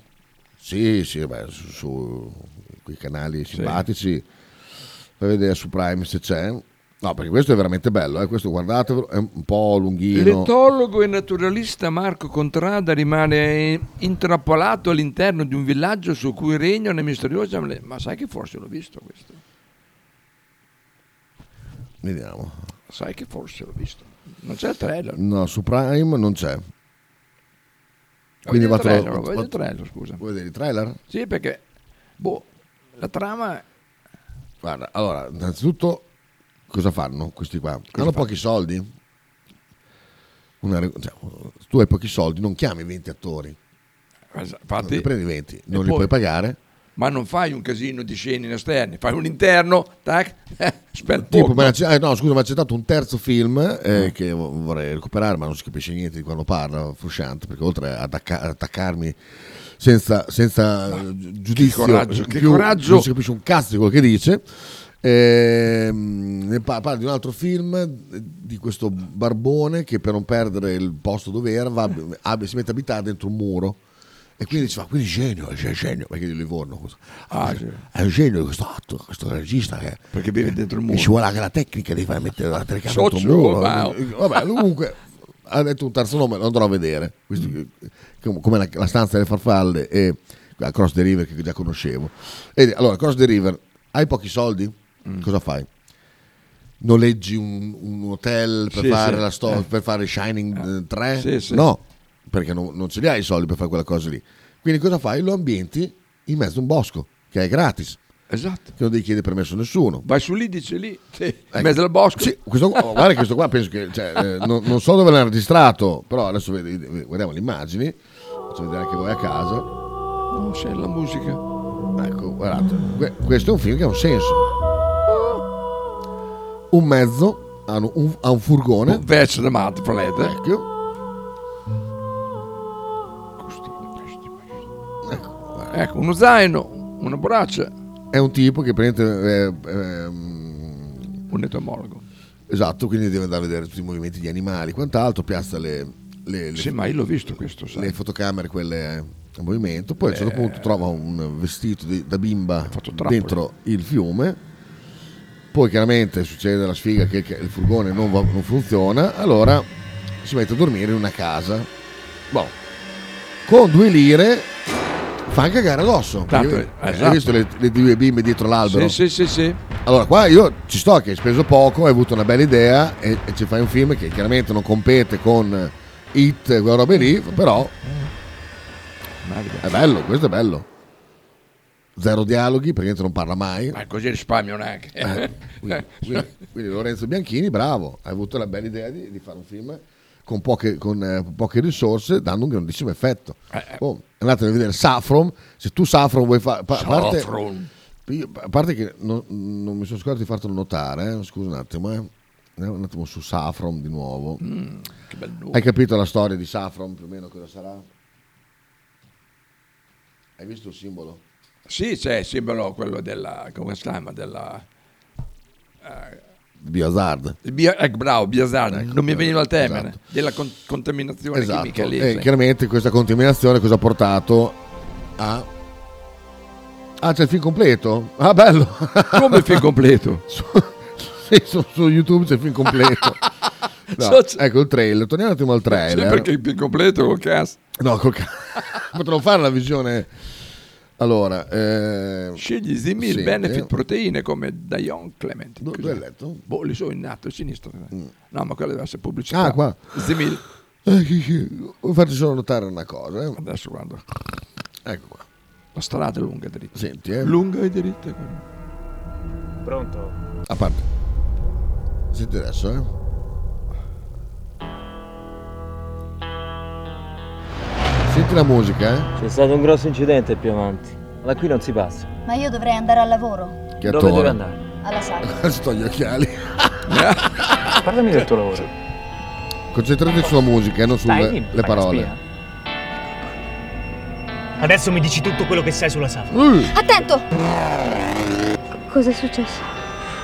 C: Sì, sì, beh, su, su quei canali simpatici. Fai vedere su Prime se c'è. No, perché questo è veramente bello, eh, questo guardatevelo, è un po' lunghino.
B: L'etologo e naturalista Marco Contrada rimane intrappolato all'interno di un villaggio su cui regna una misteriosa... Ma sai che forse l'ho visto questo?
C: Vediamo.
B: Sai che forse l'ho visto. Non c'è il trailer.
C: No, su Prime non c'è.
B: Voglio
C: Quindi
B: il
C: vado
B: trailer, voglio il trailer, scusa.
C: Vuoi vedere il trailer?
B: Sì, perché... Boh, la trama... eh,
C: Guarda, allora, innanzitutto cosa fanno questi qua? hanno pochi soldi? Una re- cioè, se tu hai pochi soldi, non chiami 20 attori, non
B: Infatti,
C: ne prendi 20, non
B: e
C: li
B: poi-
C: puoi pagare.
B: ma non fai un casino di scene in esterni, fai un interno, tac, spell
C: Tipo,
B: book.
C: ma c'è- eh, no, scusa, ma c'è stato un terzo film eh, che vo- vorrei recuperare, ma non si capisce niente di quando parla Frusciante, perché oltre ad attacca- ad attaccarmi senza, senza eh, gi- giudizio,
B: coraggio, che
C: più-
B: coraggio.
C: non si capisce un cazzo di quello che dice. Ehm, ne pa- parla di un altro film eh, di questo barbone che per non perdere il posto dove era va- ab- si mette a abitare dentro un muro e quindi si fa quindi genio, è genio perché è di Livorno questo.
B: Ah, sì.
C: è un genio questo atto questo regista che
B: Perché vive dentro il
C: e
B: muro.
C: ci vuole anche la tecnica di far mettere la telecamera
B: Socio,
C: sotto il muro.
B: wow.
C: Vabbè, comunque ha detto un terzo nome, lo andrò a vedere. Questo- com- come la, la stanza delle farfalle e la Cross the River che già conoscevo. E, allora, Cross the River, hai pochi soldi?
B: Mm.
C: Cosa fai? Noleggi un, un hotel per,
B: Sì,
C: fare
B: sì,
C: La sto-
B: eh.
C: per fare Shining eh, 3?
B: Sì, sì.
C: No, perché non, non ce li hai i soldi per fare quella cosa lì. Quindi cosa fai? Lo ambienti in mezzo a un bosco, che è gratis.
B: Esatto.
C: Che non devi chiedere permesso a nessuno.
B: Vai su lì, dice lì, sì, in
C: Ecco.
B: mezzo al bosco.
C: Sì, questo, oh, guarda che questo qua penso che cioè, eh, non, non so dove l'hanno registrato, però adesso vedi- guardiamo le immagini, faccio vedere anche voi a casa.
B: Non Oh, c'è la musica.
C: Ecco, guardate, que- questo è un film che ha un senso. Un mezzo ha un, ha un furgone.
B: Un Oh, verso da eh. Matt Fleder.
C: Ecco. Ecco,
B: Ecco, uno zaino, una borraccia.
C: È un tipo che prende... eh, un
B: entomologo.
C: Esatto, quindi deve andare a vedere tutti i movimenti di animali, quant'altro, piazza le... le, le-
B: Sì, ma io l'ho visto questo, sai.
C: le fotocamere quelle eh, a movimento poi a un certo
B: Eh.
C: punto trova un vestito di- da bimba
B: trappole.
C: dentro il fiume poi chiaramente succede la sfiga che, che il furgone non, va- non funziona allora si mette a dormire in una casa Boh. con due lire fa anche cagare addosso
B: Tanto
C: Perché
B: è-
C: hai
B: esatto.
C: visto le, le due bimbe dietro l'albero
B: Sì, sì, sì, sì.
C: allora, qua io ci sto che hai speso poco, hai avuto una bella idea e, e ci fai un film che chiaramente non compete con eh, Hit e quelle robe lì, però è bello, questo è bello. Zero dialoghi, perché non parla mai.
B: Ma così risparmio neanche.
C: Eh, quindi, quindi- quindi Lorenzo Bianchini, bravo, hai avuto la bella idea di, di fare un film con poche, con, eh, poche risorse, dando un grandissimo effetto.
B: Eh,
C: Oh, andate a vedere Saffron, se tu Saffron vuoi fare...
B: Saffron.
C: a parte che non, non mi sono scordato di fartelo notare, eh, scusa un attimo, eh. Andiamo un attimo su Saffron di nuovo.
B: Mm, che bel nome.
C: Hai capito la storia di Saffron più o meno cosa sarà? Hai visto il simbolo?
B: Sì, c'è, sì, bello quello della, come si chiama, della...
C: Biohazard.
B: il bio- ecco, bravo, Biasardi, non mi veniva il termine,
C: Eh, esatto.
B: della con- contaminazione
C: Esatto.
B: chimica lì.
C: E
B: sì.
C: chiaramente questa contaminazione cosa ha portato a... Ah, c'è il film completo? Ah, bello!
B: Come il film completo?
C: su, sì, su, su YouTube c'è il film completo. No,
B: So- so-
C: ecco il trailer, torniamo un attimo al
B: Sì,
C: trailer.
B: perché il più completo col cast.
C: No, col ca- Potremmo fare la visione... Allora... Eh...
B: Scegli Zimil
C: senti.
B: Benefit Proteine come Dion Clement.
C: Dove- dove hai letto?
B: Boh, li sono innato, a sinistra. No, ma quella deve essere pubblicità.
C: Mm. Ah, qua.
B: Zimil.
C: Eh, sì, sì. Faccio solo notare una cosa. eh.
B: Adesso guardo.
C: Ecco qua.
B: La strada è lunga e dritta.
C: Senti, eh.
B: Lunga e dritta. guarda.
G: Pronto?
C: A parte. Senti adesso, eh. Senti la musica, eh.
E: C'è stato un grosso incidente più avanti. Da qui non si passa.
F: Ma io dovrei andare al lavoro,
C: eh, Che
E: Dove deve
C: attore.
E: andare?
F: alla sala.
C: Sto gli occhiali.
G: Parlami del tuo lavoro.
C: Concentrati sulla musica e non sulle
G: Dai, dimmi,
C: le parole.
G: spia. Adesso mi dici tutto quello che sai sulla Safra.
F: Attento!
I: Cos'è successo?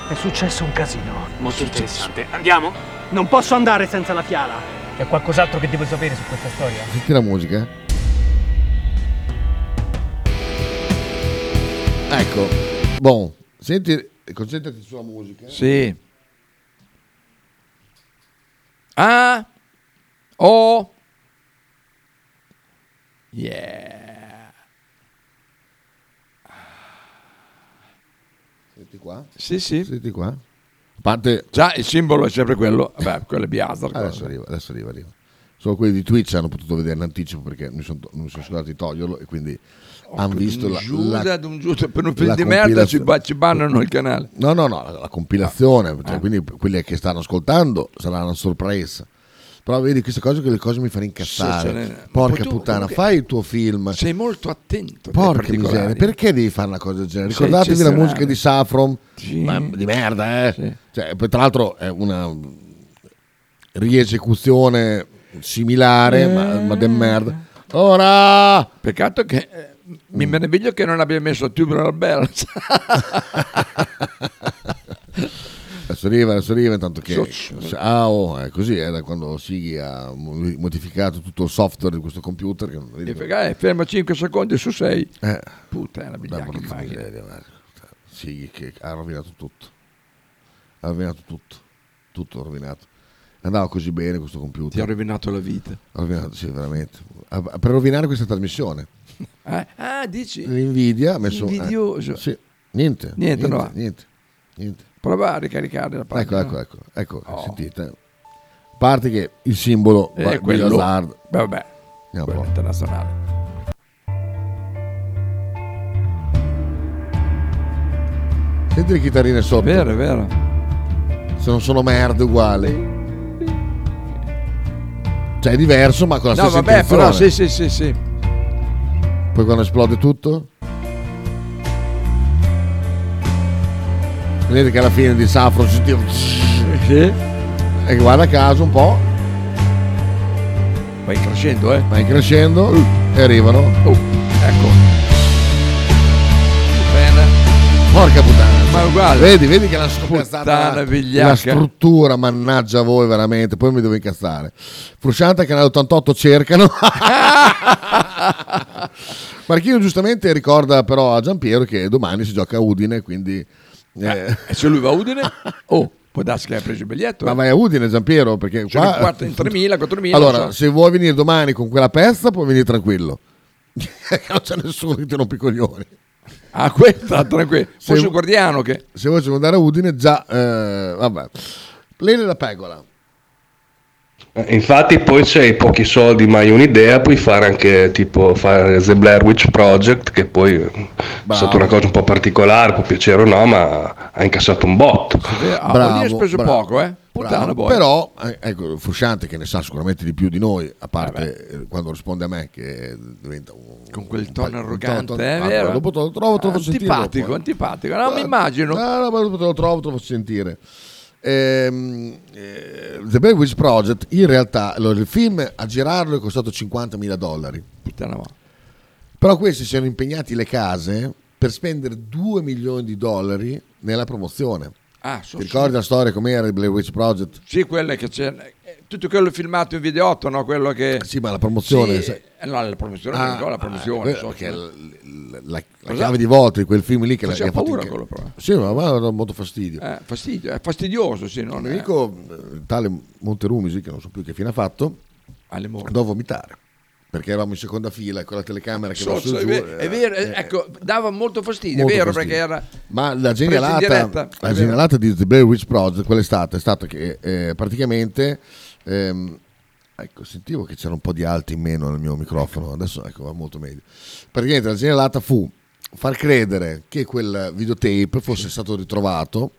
G: È successo un casino. Molto interessante. Andiamo? Non posso andare senza la fiala. C'è qualcos'altro che devo sapere su questa storia?
C: Senti la musica. eh. Ecco. Bon, senti, concentrati sulla musica. eh.
B: Sì. Ah. Oh. Yeah.
C: Senti qua.
B: Sì, sì.
C: Senti qua. A parte
B: Già il simbolo è sempre quello. Vabbè, quello è Biazar.
C: Adesso arriva, adesso arriva, arriva. Solo quelli di Twitch hanno potuto vedere l'anticipo perché mi sono non sono scordato di toglierlo e quindi hanno visto la,
B: Giuda,
C: la-
B: d'un giusto, per un film
C: la
B: di merda ci,
C: compilazio-
B: ba- ci bannano il canale.
C: No, no, no, la, la compilazione,
B: Ah.
C: cioè, quindi quelli che stanno ascoltando sarà una sorpresa. Però vedi queste cose che le cose mi fanno
B: Sì, ce n'è.
C: incazzare.
B: Ma
C: Porca
B: poi tu,
C: puttana,
B: comunque,
C: fai il tuo film.
B: Sei molto attento. ai
C: Porca
B: particolari.
C: miseria, perché devi fare una cosa del genere?
B: Sei
C: Ricordatevi la
B: eccezionale.
C: musica di Saffron,
B: Sì.
C: ma di merda, eh? Cioè, poi tra l'altro è una riesecuzione similare, ma, ma del merda.
B: Eh.
C: Ora!
B: Peccato che eh, mi meraviglio che non abbia messo Tubular cioè, Bells.
C: Adesso arriva, adesso arriva, Eh, intanto che
B: Soc-
C: ah, oh, è così, è da quando Sighi ha mo- modificato tutto il software di questo computer. Che non
B: E fe- eh, ferma 5 secondi su 6.
C: Eh.
B: Puttana, bigliacca in
C: porca
B: macchina.
C: miseria, guarda. Sighi che ha rovinato tutto. Ha rovinato tutto. Tutto rovinato. Andava così bene questo computer.
B: Ti ha rovinato la vita.
C: Ha rovinato, sì, veramente. Ah, Per rovinare questa trasmissione.
B: Ah, ah, dici?
C: Nvidia ha messo... eh,
B: Invidioso.
C: sì, niente.
B: Niente, no.
C: Niente. niente.
B: Prova a ricaricare la
C: Ecco,
B: pagina. Oh.
C: ecco, ecco, ecco, sentite. A parte che il simbolo
B: Eh,
C: va- di
B: quello.
C: Hazard.
B: Vabbè,
C: Andiamo
B: quello
C: un po'.
B: internazionale.
C: Senti le chitarine sotto.
B: Vero, è vero.
C: Se non sono merda uguali. Cioè è diverso ma con la
B: No,
C: stessa
B: vabbè, però sì,
C: intenzione.
B: sì, sì, sì.
C: Poi quando esplode tutto. Vedete che alla fine di Safro si tira- E guarda caso un po'.
B: Vai crescendo, eh.
C: Va in crescendo uh, e arrivano.
B: Ecco.
C: Porca puttana.
B: Ma è uguale.
C: Ah, Vedi, vedi che la scopiazzata.
B: Puttana
C: La
B: vigliacca.
C: struttura, mannaggia voi veramente, poi mi devo incazzare. Frusciante canale 88 cercano. Marchino giustamente ricorda però a Giampiero che domani si gioca a Udine, quindi...
B: Ah,
C: eh,
B: E se lui va a Udine? Oh, può darsi che hai preso il biglietto.
C: ma
B: eh.
C: vai a Udine Giampiero perché
B: Sono
C: qua...
B: in Cioè, quarta in 3.000, 4.000.
C: allora,
B: non so.
C: se vuoi venire domani con quella pezza puoi venire tranquillo. non c'è nessuno che ti rompe i coglioni.
B: Ah, questa, tranquillo.
C: Se-
B: Forse un guardiano che...
C: Se vuoi andare a Udine già... eh, vabbè. Lei la pegola.
M: Eh, Infatti poi c'è i pochi soldi ma hai un'idea, puoi fare anche tipo fare The Blair Witch Project che poi eh, è stata una cosa un po' particolare, può piacere o no, ma ha incassato un botto.
B: Eh, ah, vuol dire speso
C: bravo,
B: poco, eh? Puttana,
C: bravo.
B: boia.
C: Però, eh, ecco, Frusciante che ne sa sicuramente di più di noi, a parte eh, quando risponde a me che diventa un...
B: Con quel tono
C: un
B: arrogante, eh,
C: tono-
B: è
C: ah,
B: vero?
C: Dopo te lo trovo, te lo faccio sentire. eh.
B: antipatico, antipatico. No, mi immagino.
C: No, no, ma dopo te lo trovo, te lo faccio sentire. Ehm, eh, The Blair Witch Project, in realtà, allora, il film a girarlo è costato 50.000 dollari. Però questi si sono impegnati le case per spendere 2 milioni di dollari nella promozione.
B: Ah, so-
C: Ti ricordi la storia com'era il Blair Witch Project?
B: Sì, quella che c'è. eh, Tutto quello filmato in videotto, no? Quello che.
C: Eh, Sì, ma la promozione,
B: Sì,
C: sai-
B: eh, no, la promozione,
C: Ah,
B: mi ricordo, la
C: ah,
B: promozione.
C: quello
B: so
C: che è
B: che-
C: La, la
B: Cos'è?
C: chiave di volta di quel film lì che l'ha-
B: Faceva
C: l'ha fatto
B: paura
C: in-
B: quello, però.
C: Sì, ma ma dava molto fastidio.
B: Eh, fastidio, è fastidioso, sì, non
C: Un amico eh, tale Monterumisi, che non so più che fine ha fatto, andò a vomitare perché eravamo in seconda fila e con la telecamera che va
B: So-
C: su
B: so-
C: e
B: è
C: giù.
B: vero, è
C: eh,
B: vero, ecco, dava molto fastidio,
C: molto
B: è vero,
C: fastidio.
B: perché era
C: Ma la
B: presa in diretta,
C: genialata,
B: è
C: la
B: vero.
C: genialata di The Blair Witch Project, quella è stata, è stata che eh, praticamente. ehm, ecco, sentivo che c'era un po' di alto in meno nel mio microfono, adesso ecco, va molto meglio. Praticamente la genialata fu far credere che quel videotape fosse stato ritrovato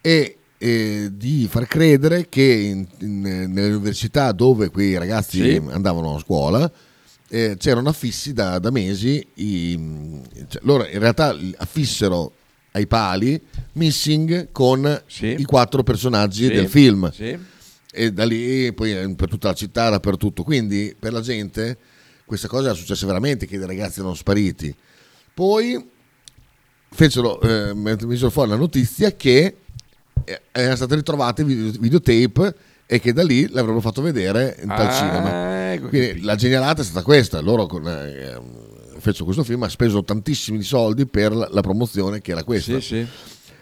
C: e eh, di far credere che in- in- nelle università dove quei ragazzi
B: Sì.
C: andavano a scuola eh, c'erano affissi da, da mesi, i- cioè, loro in realtà li affissero ai pali Missing con i quattro personaggi
B: Sì,
C: del film
B: sì.
C: e da lì poi eh, per tutta la città, dappertutto. Quindi per la gente questa cosa era successa veramente che dei ragazzi erano spariti. Poi fecero, eh, met- misero fuori la notizia che eh, era stata ritrovata in video- videotape e che da lì l'avrebbero fatto vedere in tal
B: Ah,
C: cinema.
B: ecco che
C: Quindi la genialata è stata questa. Loro con, eh, fecero questo film, ha speso tantissimi soldi per la, la promozione che era questa.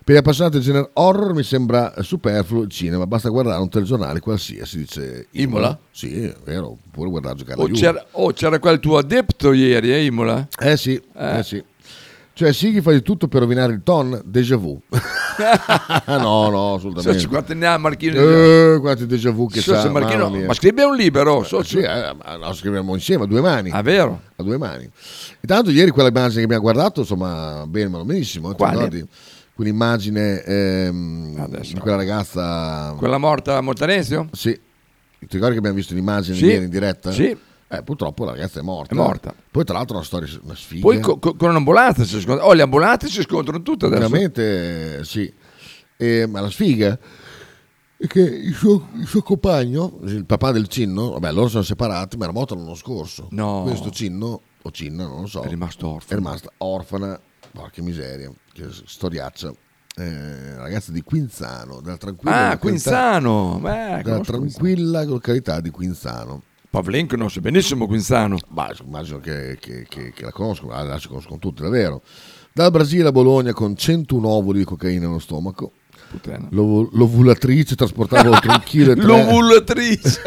C: Per gli appassionati del genere horror mi sembra superfluo il cinema, basta guardare un telegiornale qualsiasi, dice Imola.
B: Imola?
C: Sì, è vero, oppure guardare giocare
B: Oh,
C: alla Juve.
B: c'era, oh, c'era quel tuo adepto ieri, eh, Imola?
C: Eh sì, eh. sì. Cioè Sighi fa di tutto per rovinare il ton, déjà vu. no, no, assolutamente.
B: So, ci guadagniamo Marchino.
C: Eh, quanti déjà vu che
B: So,
C: sa,
B: se Marchino-
C: mamma mia.
B: ma scrive un libero.
C: Eh, sì, eh, ma lo scriviamo insieme a due mani.
B: Ah, vero?
C: A due mani. Intanto ieri quella immagine che abbiamo guardato, insomma, bene, ma non benissimo. eh, ti
B: Quale?
C: ricordi? Quell'immagine ehm, di quella ragazza...
B: Quella morta a Montanezio?
C: Sì. Ti ricordi che abbiamo visto l'immagine
B: Sì.
C: ieri in diretta?
B: Sì.
C: Eh, purtroppo la ragazza è morta.
B: È morta.
C: Poi tra l'altro una storia, una sfiga.
B: Poi co- co- con un'ambulanza si scontrano. Oh, le ambulanze si scontrano tutte adesso.
C: Veramente eh, sì. Eh, ma la sfiga è che il suo, il suo compagno, il papà del Cinno, vabbè, loro sono separati, ma era morto l'anno scorso.
B: No.
C: Questo Cinno, o Cinna, non lo so. È rimasta orfana. È rimasta orfana, porca miseria, che s- storiaccia. Eh, ragazza di Quinzano, della tranquilla
B: Ah, Quinzano. Beh,
C: della
B: conosco
C: tranquilla località di Quinzano.
B: Pavlenko conosce benissimo Quinzano.
C: Ma immagino che, che- che- che la conoscono, ah, la ci conoscono tutti, davvero. Dal Brasile a Bologna con 101 ovuli di cocaina nello stomaco.
B: Puttana.
C: L'ovu- l'ovulatrice trasportava oltre un chilo e tre.
B: L'ovulatrice.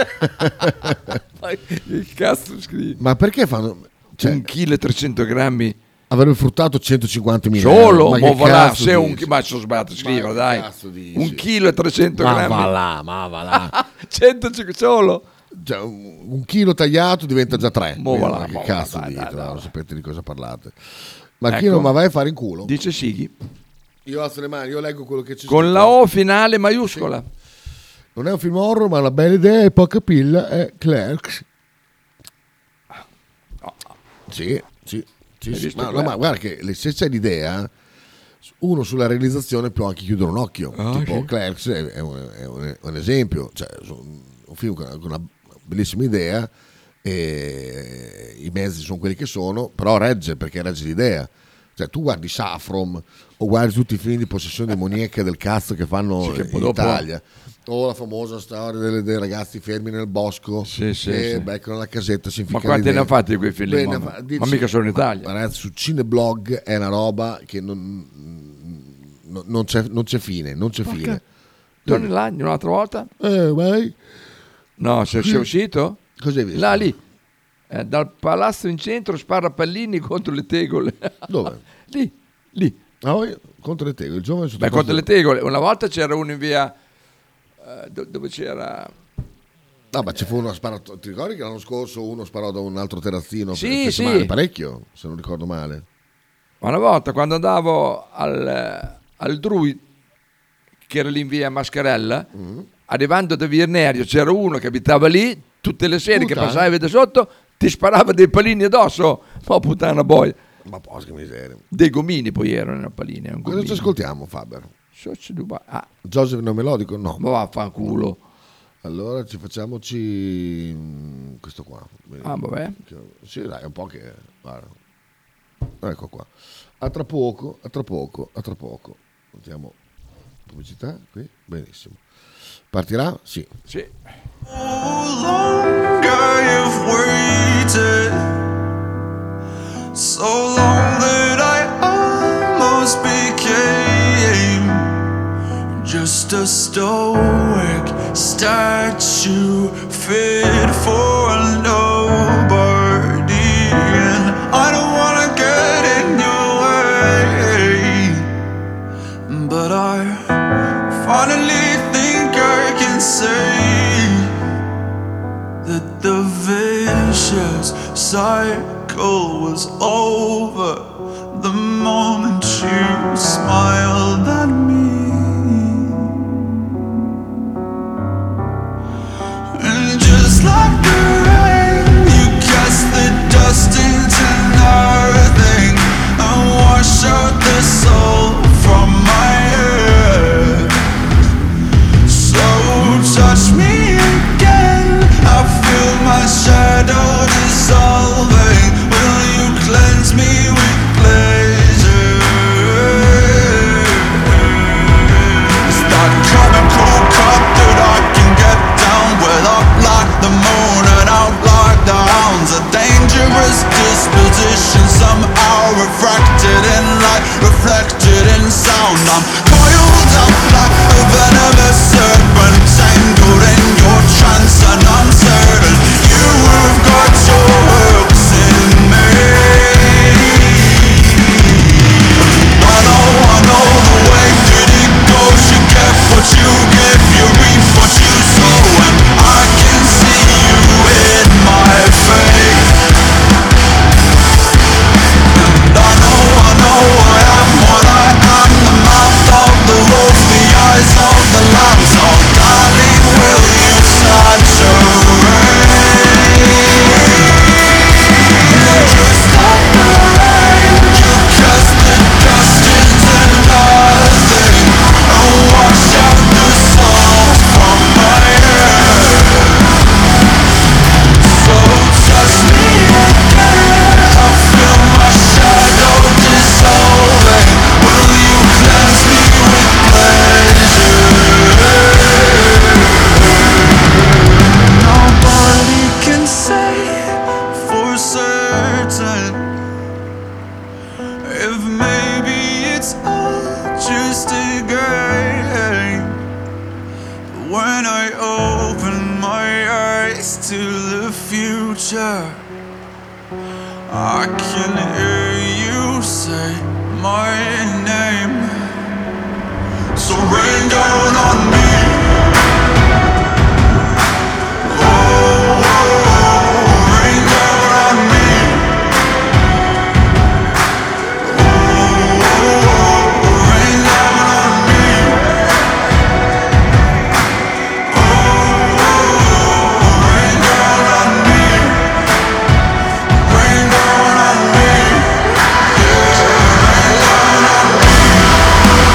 B: il cazzo scrive.
C: Ma perché fanno...
B: un chilo e 300 grammi
C: Avrebbe fruttato 150.000 euro.
B: solo?
C: eh, Ma
B: Ma,
C: che
B: voilà,
C: cazzo
B: se
C: dici?
B: un chi- ma sono sbagliato a scrivere,
C: Ma che
B: dai.
C: cazzo dici?
B: Un chilo e 300
C: Ma
B: grammi.
C: va là, ma va là.
B: 105 solo.
C: Cioè, un un chilo tagliato diventa già tre.
B: Mo va là,
C: Ma che
B: mo va,
C: cazzo
B: dai,
C: dite?
B: dai, dai,
C: non
B: dai.
C: sapete di cosa parlate. Ma chi
B: Ecco.
C: non ma vai a fare in culo?
B: Dice Sighi.
C: Io alzo le mani, io leggo quello che ci
B: Con la O finale maiuscola.
C: Non è un film horror, ma una bella idea e poca pilla è Clerks. Sì, sì, sì,
B: Hai
C: sì.
B: visto
C: Ma,
B: Clerks?
C: ma guarda che le- se c'è l'idea, uno sulla realizzazione può anche chiudere un occhio.
B: Ah,
C: tipo
B: ok.
C: Clerks è, è un, è un- un esempio, cioè, so- un film con una, con una bellissima idea, e i mezzi sono quelli che sono, però regge perché regge l'idea. Cioè, tu guardi Safrom o guardi tutti i film di possessione demoniaca del cazzo che fanno
B: Sì, che poi
C: in
B: dopo-
C: Italia. O la famosa storia delle- dei ragazzi fermi nel bosco
B: sì,
C: che
B: sì.
C: beccano la casetta. Si
B: Ma
C: inficcano
B: quanti ne
C: lì
B: ha
C: dentro.
B: fatti di quei film?
C: Beh,
B: lì,
C: ne ha
B: mamma?
C: fa-
B: ma
C: dici-
B: mica solo in Italia.
C: Ma ragazzi, su Cineblog è una roba che non, non- non c'è, non c'è fine, non c'è fine.
B: Torni là un'altra volta?
C: Eh, vai.
B: No, se sei uscito?
C: Cos'hai visto?
B: Là, lì. Eh, dal palazzo in centro spara pallini contro le tegole.
C: Dove?
B: lì, lì.
C: Ah, voi contro le tegole, il giovane
B: Beh,
C: sottoposto-
B: contro le tegole. Una volta c'era uno in via... eh, do- dove c'era...
C: No, Ah, ma ci fu una sparato. Ti ricordi che l'anno scorso uno sparò da un altro terrazzino?
B: Sì,
C: fece
B: sì.
C: male parecchio, se non ricordo male.
B: Ma una volta quando andavo al, eh, al Drui, che era lì in via Mascarella, arrivando da Virnerio c'era uno che abitava lì, tutte le sere che
C: Puttana.
B: passavi da sotto ti sparava dei palini addosso. Ma puttana boia.
C: Ma porca miseria.
B: Dei gomini poi erano, i palini. eh, un
C: Cosa
B: gommino.
C: ci ascoltiamo, Faber?
B: Soci Dubai. Ah,
C: Joseph non melodico? No.
B: Ma vaffanculo.
C: Allora ci facciamoci mm, questo qua.
B: Ah, vabbè.
C: Sì, dai, è un po' che... guarda. Ecco qua. A tra poco, a tra poco, a tra poco. Mettiamo pubblicità qui. Benissimo. Partirà? Sì.
B: Sì.
N: longer you've waited, so long that I almost became just a stoic statue fit for nobody. And I don't wanna get in your way, but I finally think I can say that the vicious cycle was over the moment you smiled at me. And just like the rain, you cast the dust into nothing and wash out the soul from my head. So touch me again. I feel my shadow dissolving. Will you cleanse me with pleasure? It's that chemical cup that I can get down with. Up like the moon and out like the hounds. A dangerous disposition somehow refracted in light, reflected in sound. I'm coiled up like a venomous serpent, tangled in your trance and uncertain. You have got your hooks in me. I know, I know the way that it goes. You get what you give, you reap what you sow, and I can see you in my face. I know, I know, I am what I am. The mouth of the wolf, the eyes of the lamb. So, darling, will you saturate? Just stop the rain. You cast the dust into nothing and wash out the salt from my head. So touch me again. I feel my shadow dissolving. Will you cleanse me with pleasure? Nobody can say for certain if maybe it's all just a game. When I open my eyes to the future, I can hear you say my name. So rain down on me. Oh, oh, oh, rain down on me. Oh, rain down on me. Oh, rain down on me. Rain down on me. Yeah, rain down on me.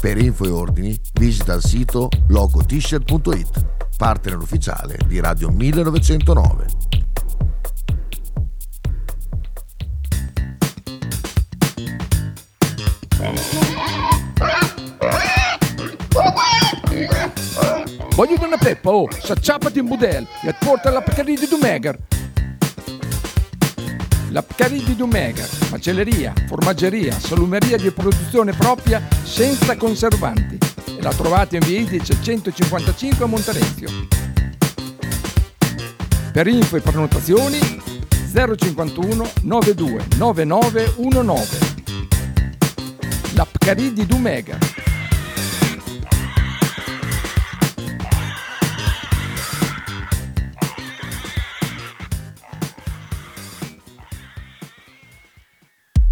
C: Per info e ordini visita il sito logotshirt.it, partner ufficiale di Radio 1909.
B: Voglio una peppa, oh, s'acciappati in budel e porta la Pcarì di Dumegar. La Pcarì di Dumegar, macelleria, formaggeria, salumeria di produzione propria senza conservanti. E la trovate in via Idice 155 a Monterezio. Per info e prenotazioni 051 92 9919. La Pcarì di Dumegar.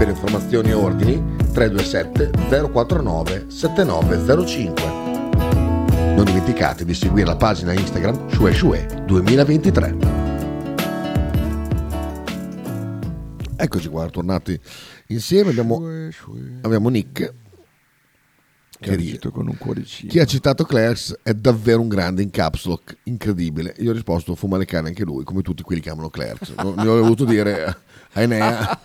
C: Per informazioni e ordini 327 049 7905. Non dimenticate di seguire la pagina Instagram Shue Shue 2023.
O: Eccoci qua, tornati insieme. Abbiamo, abbiamo Nick. Che
B: dice, con un cuoricino.
O: Chi ha citato Clerks è davvero un grande in caps lock, incredibile. Io ho risposto, fuma le canne anche lui, come tutti quelli che amano Clerks. Non ne ho voluto dire a Enea,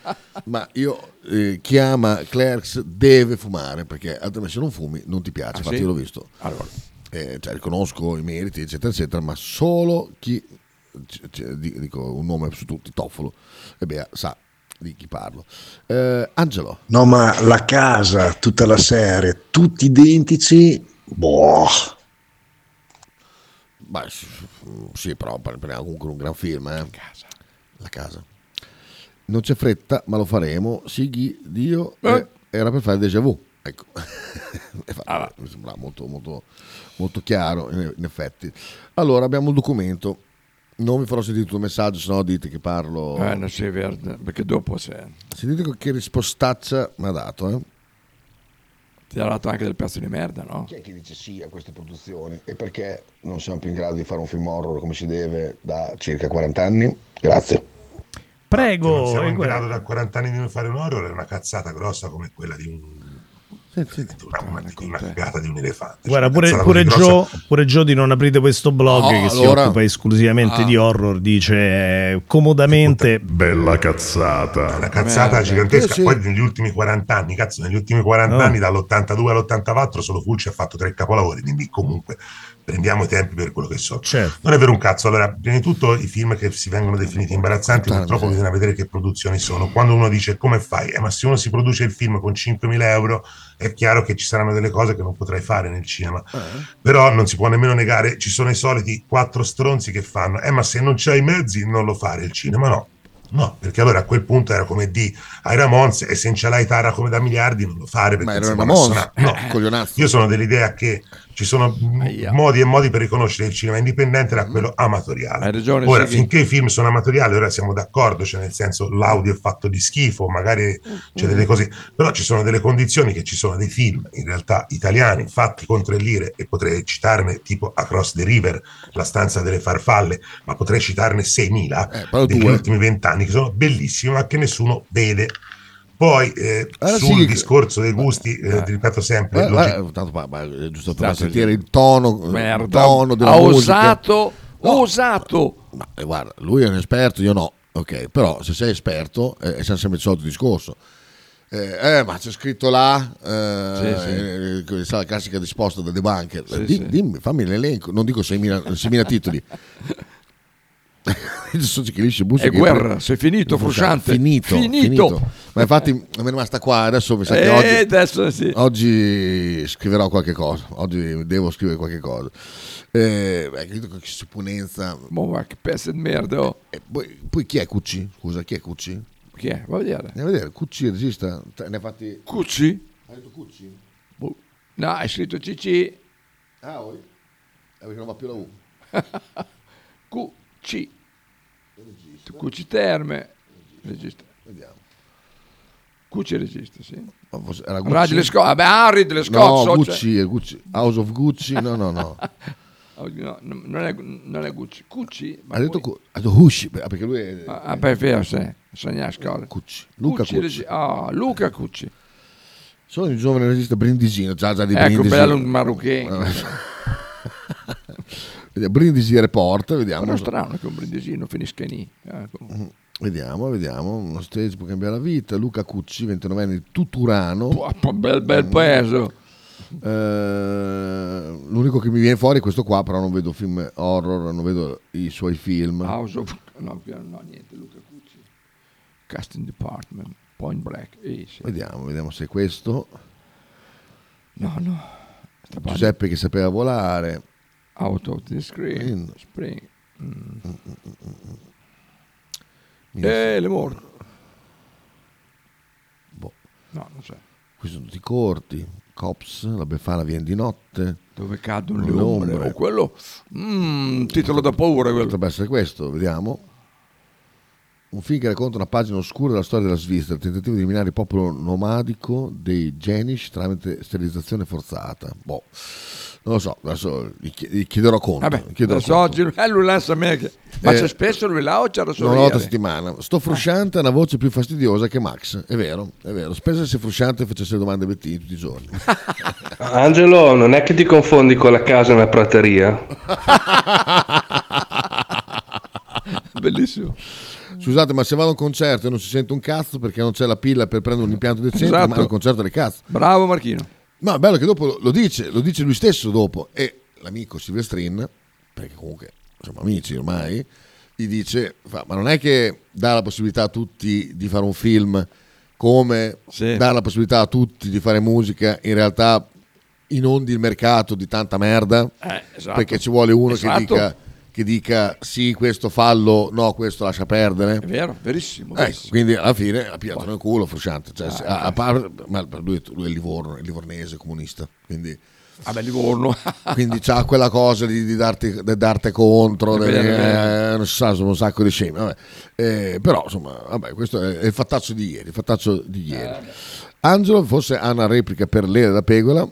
O: ma io eh, chi ama Clerks deve fumare, perché altrimenti se non fumi non ti piace.
B: Ah,
O: Infatti
B: sì?
O: io l'ho visto. Eh, cioè, riconosco i meriti, eccetera, eccetera, ma solo chi, c- c- di- dico un nome su tutti, Toffolo, e beh, sa di chi parlo. Eh, Angelo.
D: No, ma la casa, tutta la serie, tutti identici, boh.
O: Beh, s- s- sì, però prendiamo comunque un gran film. Eh. La casa. Non c'è fretta, ma lo faremo. Sighi, Dio
B: Eh.
O: eh, era per fare déjà vu. Ecco. Infatti,
P: Ah,
O: Mi sembrava molto, molto, molto chiaro, in in effetti. Allora, abbiamo il documento. Non vi farò sentire tutto il messaggio, se no dite che parlo.
B: Eh, non sei verde, perché dopo se
O: Sentite che rispostaccia mi ha dato. Eh.
B: ti ha dato anche del pezzo di merda, no?
O: Chi è che dice sì a queste produzioni?
C: E perché non siamo più in grado di fare un film horror come si deve da circa 40 anni? Grazie.
H: Prego. Non siamo
P: e
H: in
P: guarda.
H: grado da 40 anni di non fare un horror, è una cazzata grossa come quella di un... una, una- una cagata di un elefante.
P: Guarda,
H: Cioè,
P: pure,
H: una
P: pure
H: cazzata così
P: Joe,
H: grossa-
P: pure Joe di non aprite questo blog
H: No,
O: Ah,
P: che si
H: allora-
P: occupa esclusivamente
H: Ah.
P: di horror dice eh, comodamente
H: bella cazzata. Una cazzata
P: Merda.
H: gigantesca.
P: Eh, sì.
H: Poi negli ultimi 40 anni, cazzo, negli ultimi 40
P: No.
H: anni, dall'82 all'84, solo Fulci ha fatto tre capolavori, quindi comunque prendiamo i tempi per quello che sono. Non è vero un cazzo. Allora, prima di tutto i film che si vengono definiti imbarazzanti, purtroppo bisogna vedere che produzioni sono. Quando uno dice come fai? Eh, ma se uno si produce il film con 5.000 euro, è chiaro che ci saranno delle cose che non potrai fare nel cinema. Però non si può nemmeno negare, ci sono i soliti quattro stronzi che fanno, eh ma se non c'hai i mezzi non lo fare il cinema, no. No, perché allora a quel punto era come di ai Ramones e se non ce l'hai Tara come da miliardi non lo fare perché
O: Ma era
H: insomma,
O: Ramones,
H: non suona-
C: Eh,
H: no. Io sono dell'idea che ci sono m- modi e modi per riconoscere il cinema indipendente da quello amatoriale.
B: Hai ragione,
H: ora,
B: Sighi.
H: finché i film sono amatoriali, ora siamo d'accordo, cioè nel senso l'audio è fatto di schifo, magari c'è delle cose, però ci sono delle condizioni che ci sono dei film in realtà italiani fatti con tre lire e potrei citarne tipo Across the River, La stanza delle farfalle, ma potrei citarne 6.000
O: però
C: Eh,
H: degli
O: due.
H: ultimi vent'anni che sono bellissimi ma che nessuno vede.
Q: Poi eh,
C: Allora,
Q: sul
C: sì,
Q: discorso dei gusti, eh, ti ripeto sempre,
C: Eh,
Q: logic-
C: eh, tanto pa- ma, eh, giusto per
Q: Stato
C: sentire
Q: lì.
C: il tono, eh, il
B: Merda.
C: tono della
B: ha
C: musica.
B: osato, osato.
C: Ma, eh, guarda, lui è un esperto, io no. Ok, però se sei esperto, eh, è sempre il solito discorso. Eh, eh, ma c'è scritto là, eh,
R: Sì, sì.
C: eh, questa è la classica risposta da debunker.
R: Sì,
C: Di-
R: sì.
C: Dimmi, fammi l'elenco, non dico 6.000, 6.000 titoli. Adesso ci chiarisce Bussi
B: È
C: che-
B: guerra, sei finito, Frusciante.
C: Finito,
B: Finito.
C: finito. Ma infatti mi è rimasta qua, adesso mi sa che
B: Eh,
C: oggi, Oh.
B: adesso sì.
C: oggi scriverò qualche cosa, oggi devo scrivere qualche cosa. Eh, beh, credo che si punenza.
B: ma che pezzo di merda, oh.
C: E poi, poi chi è Cucci? Scusa, chi è Cucci?
B: Chi è? Va a vedere.
C: Andiamo a vedere, Cucci regista, Te- ne ha fatti...
B: Cucci?
C: Hai detto Cucci?
B: Boh. No, è scritto CC.
C: Ah, oi. È perché non va più la U.
B: QC. QC Terme. Regista.
C: Vediamo.
B: QC regista, sì.
C: Ma forse era Gucci?
B: Radio Le Sco- vabbè, ah, Ridley
C: No,
B: Scott, so, cioè,
C: Gucci, è Gucci, House of Gucci, no, no, no.
B: Oh, no, no, non, è, non è Gucci. Cucci? Ma
C: ha detto, Gu- ha detto Gucci, beh, perché lui è...
B: Ah, ah, per vero, sì. Sogna scuola.
C: Cucci. Luca Cucci.
B: regi- ah, Luca Cucci.
C: Sono il giovane regista brindisino, già, già di
B: Ecco,
C: Brindisi.
B: bello un marocchino.
C: Vediamo, Eh, Brindisi Report, vediamo.
B: Però strano che un brindisino finisca lì. Ecco.
C: Mm. Vediamo, vediamo. Uno stage può cambiare la vita. Luca Cucci, 29enne di Tuturano.
B: bel, bel peso.
C: Eh, l'unico che mi viene fuori è questo qua, però non vedo film horror, non vedo i suoi film.
B: House of... Ah, No, no, niente, Luca Cucci. Casting Department, Point Break. Eh, sì.
C: Vediamo, vediamo se è questo.
B: No, no. Sta parlando-
C: Giuseppe che sapeva volare.
B: Out of the screen. Spring. Mm.
C: Mm.
B: Eh, le morte.
C: Boh.
B: No, non so.
C: Questi sono tutti corti. Cops, la befana viene di notte.
B: Dove cadono le ombre. Oh, quello... Mm, titolo da paura quello.
C: Potrebbe essere questo, vediamo. Un film che racconta una pagina oscura della storia della Svizzera, il tentativo di eliminare il popolo nomadico dei Genish tramite sterilizzazione forzata. Boh, non lo so, adesso gli chie- gli chiederò conto.
B: Vabbè,
C: gli chiederò
B: adesso oggi eh, lui lascia me che... Ma
C: Eh,
B: c'è spesso lui là o c'era
C: conto.
B: solo
C: Una volta a
B: ieri?
C: settimana.
B: Eh.
C: Sto frusciante ha una voce più fastidiosa che Max, è vero, è vero. Spesso se frusciante facesse domande a Bettini tutti i giorni.
M: Angelo, non è che ti confondi con la casa nella prateria?
B: Bellissimo.
C: Scusate, ma se vado a un concerto e non si sente un cazzo perché non c'è la pilla per prendere un impianto decente,
B: Esatto.
C: ma è un concerto del cazzo.
B: Bravo Marchino.
C: Ma è bello che dopo lo- lo dice, lo dice lui stesso dopo. E l'amico Silvestrin, perché comunque siamo amici ormai, gli dice, fa, ma non è che dà la possibilità a tutti di fare un film come dà la possibilità a tutti di fare musica, in realtà inondi il mercato di tanta merda,
B: Eh, esatto.
C: perché ci vuole uno
B: Esatto.
C: che, dica, che dica sì, questo fallo, no, questo lascia perdere.
B: È vero, verissimo.
C: Ecco,
B: verissimo.
C: quindi alla fine ha pigliato nel culo Frusciante. Cioè,
B: Ah,
C: se-
B: ok.
C: a- a par- ma per lui, lui è Livorno, è livornese comunista. Quindi,
B: Ah, beh, Livorno. Ah,
C: quindi c'ha quella cosa di, di darti, di darte contro,
B: È
C: di-
B: vero, è
C: eh,
B: vero.
C: non si sa, sono un sacco di scemi. vabbè. Eh, però insomma, vabbè, questo è, è il fattaccio di ieri. il fattaccio di ieri.
B: Ah,
C: Angelo, forse ha una replica per Lele da Pegola.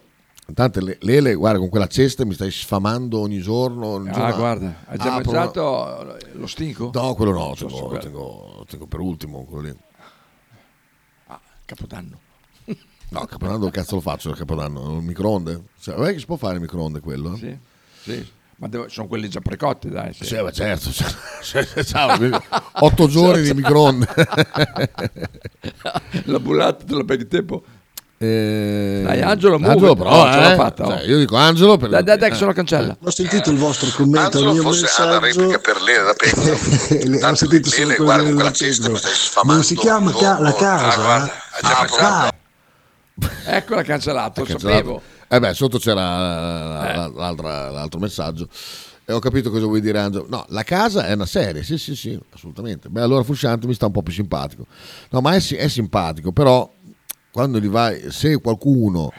C: Tante le- Lele, guarda, con quella cesta mi stai sfamando ogni giorno. ogni
B: Ah,
C: giorno.
B: guarda, ha già
C: Apro una-
B: mangiato lo stinco?
C: No, quello no,
B: Posso
C: tengo,
B: quello.
C: tengo- tengo per ultimo quello lì.
B: Capodanno.
C: No, Capodanno dove cazzo lo faccio il Capodanno? Il microonde? Cioè, vabbè che si può fare il microonde quello? eh?
B: Sì, sì. Ma devo- sono quelli già precotti, dai. Sì,
C: Sì, ma certo. cioè, ciao, otto giorni di microonde.
B: La bullata te la peghi tempo.
C: Eh,
B: Dai, Angelo, muoviti.
C: Angelo però,
B: Oh, ce l'ha
C: eh.
B: fatta, oh.
C: Cioè, io dico Angelo per...
B: Dai, dai, dai, che
C: eh.
B: se lo cancella.
D: Ho sentito il vostro commento al
C: Angelo
D: mio
C: forse ha
D: messaggio.
C: la replica per Lele da Pegola.
D: Le- ho sentito solo quello del Pegola. Non si chiama ca- la casa? Ah, va.
B: Ecco, l'ha cancellato, lo
C: Cancellato.
B: sapevo. Eh.
C: Eh beh, sotto c'era la- la- l'altra- l'altro messaggio. E ho capito cosa vuoi dire, Angelo. No, la casa è una serie, sì, sì, sì, assolutamente. Beh, allora Frusciante mi sta un po' più simpatico. No, ma è, si- è simpatico, però quando gli vai, se qualcuno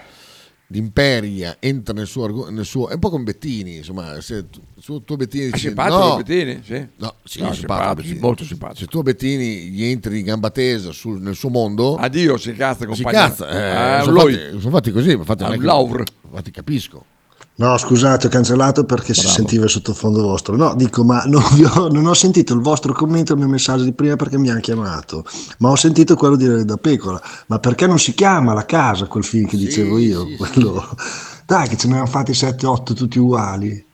C: d'imperia entra nel suo, argo- nel suo- è un po' come Bettini, insomma, se tu, suo- tuo Bettini
B: È
C: dice
B: simpatico
C: no,
B: Bettini? Sì.
C: No, sì,
B: No,
C: è
B: è
C: simpatico,
B: simpatico,
C: Bettini.
B: molto simpatico.
C: Se tu a Bettini gli entri in gamba tesa sul- nel suo mondo,
B: Addio, si cazza,
C: si
B: compagno.
C: cazza, eh,
B: Ah,
C: sono,
B: lui.
C: fatti, sono fatti così, infatti, non è
B: Ah,
C: che-
B: Laur.
C: infatti capisco.
D: No, scusate, ho cancellato perché si sentiva il sottofondo vostro. No, dico, ma non, vi ho, non ho sentito il vostro commento, il mio messaggio di prima perché mi hanno chiamato, ma ho sentito quello di da Pecora. Ma perché non si chiama La casa quel film che dicevo io? Quello- Dai, che ce ne hanno fatti 7-8 tutti uguali.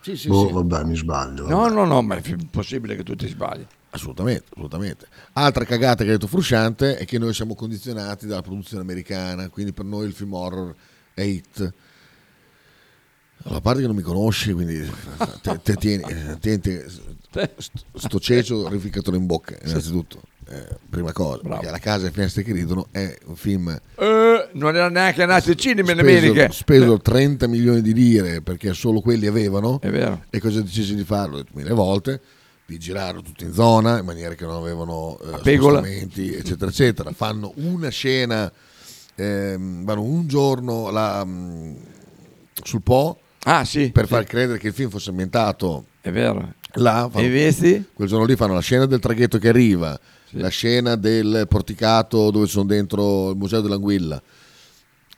C: Sì, sì,
D: boh,
C: sì.
D: vabbè, mi sbaglio.
B: No, no, no, ma è possibile che tu ti sbagli.
C: Assolutamente, assolutamente. Altra cagata che ha detto Frusciante è che noi siamo condizionati dalla produzione americana, quindi per noi il film horror è hit. Allora, a parte che non mi conosci, quindi te, te tieni, eh, tienti st- sto cecio rificatelo in bocca, innanzitutto. Eh, prima cosa, perché La casa e le finestre che ridono è un film
B: Eh, non era neanche nato il cinema in
C: speso,
B: America.
C: speso 30 milioni di lire perché solo quelli avevano
B: È vero.
C: e cosa decisi di farlo? Ho detto Mille volte di girarlo tutto in zona in maniera che non avevano eh,
B: pegola.
C: spostamenti eccetera eccetera fanno una scena ehm, vanno un giorno là, mh, sul Po per far credere che il film fosse ambientato
B: Ah, è vero Eh,
C: là
B: E vesti?
C: quel giorno lì fanno la scena del traghetto che arriva la scena del porticato dove sono dentro il museo dell'anguilla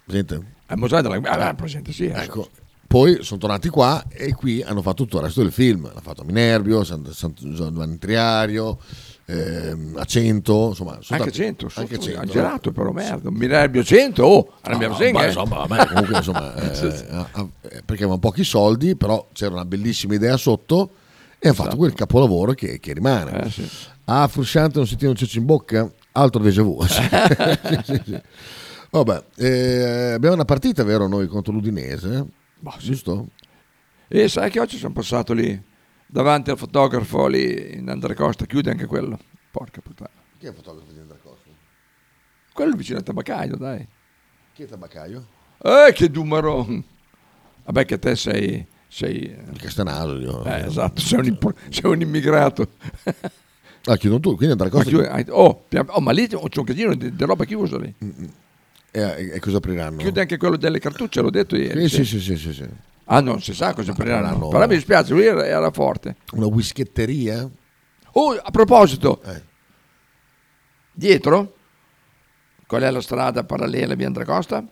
C: presente?
B: Al museo della ah, beh, presente, sì. Ecco.
C: Poi sono tornati qua e qui hanno fatto tutto il resto del film. L'ha fatto Minerbio, San, San Giovanni Triario, ehm, Acento, insomma... sono
B: Anche
C: tanti-
B: 100,
C: anche Acento.
B: ha girato però merda, un Minerbio 100, oh,
C: No,
B: abbiamo
C: ma
B: segnato.
C: insomma, vabbè, comunque, insomma, eh, ah, ah, eh, perché avevano pochi soldi, però c'era una bellissima idea sotto e ha
B: Esatto.
C: fatto quel capolavoro che, che rimane.
B: Eh,
C: Ah, Frusciante non si tiene un ceccio in bocca? Altro déjà vu. Sì, sì, sì. Vabbè, eh, abbiamo una partita, vero, noi contro l'Udinese? Giusto?
B: E sai che oggi sono passato lì davanti al fotografo lì in Andrecosta, chiude anche quello. Porca puttana.
C: Chi è il fotografo di Andracosta?
B: Quello vicino al tabaccaio, dai.
C: Chi è Tabaccaio?
B: Eh, che numero! Vabbè che te sei... sei
C: Castanaso, io.
B: Eh, esatto, sei un, impor- sei un immigrato.
C: Ah, chiudono tu, quindi andrà
B: Ma chiude- oh, pia- oh, ma lì c'è un casino di, di roba chiusa lì.
C: Mm, eh, E, e cosa apriranno?
B: Chiude anche quello delle cartucce, l'ho detto ieri.
C: Sì, sì, sì, sì, sì, sì.
B: Ah, non si sa cosa apriranno.
C: no.
B: Però mi dispiace, lui era, era forte.
C: Una whisketteria?
B: Oh, a proposito,
C: Eh.
B: dietro, qual è la strada parallela via Andracosta?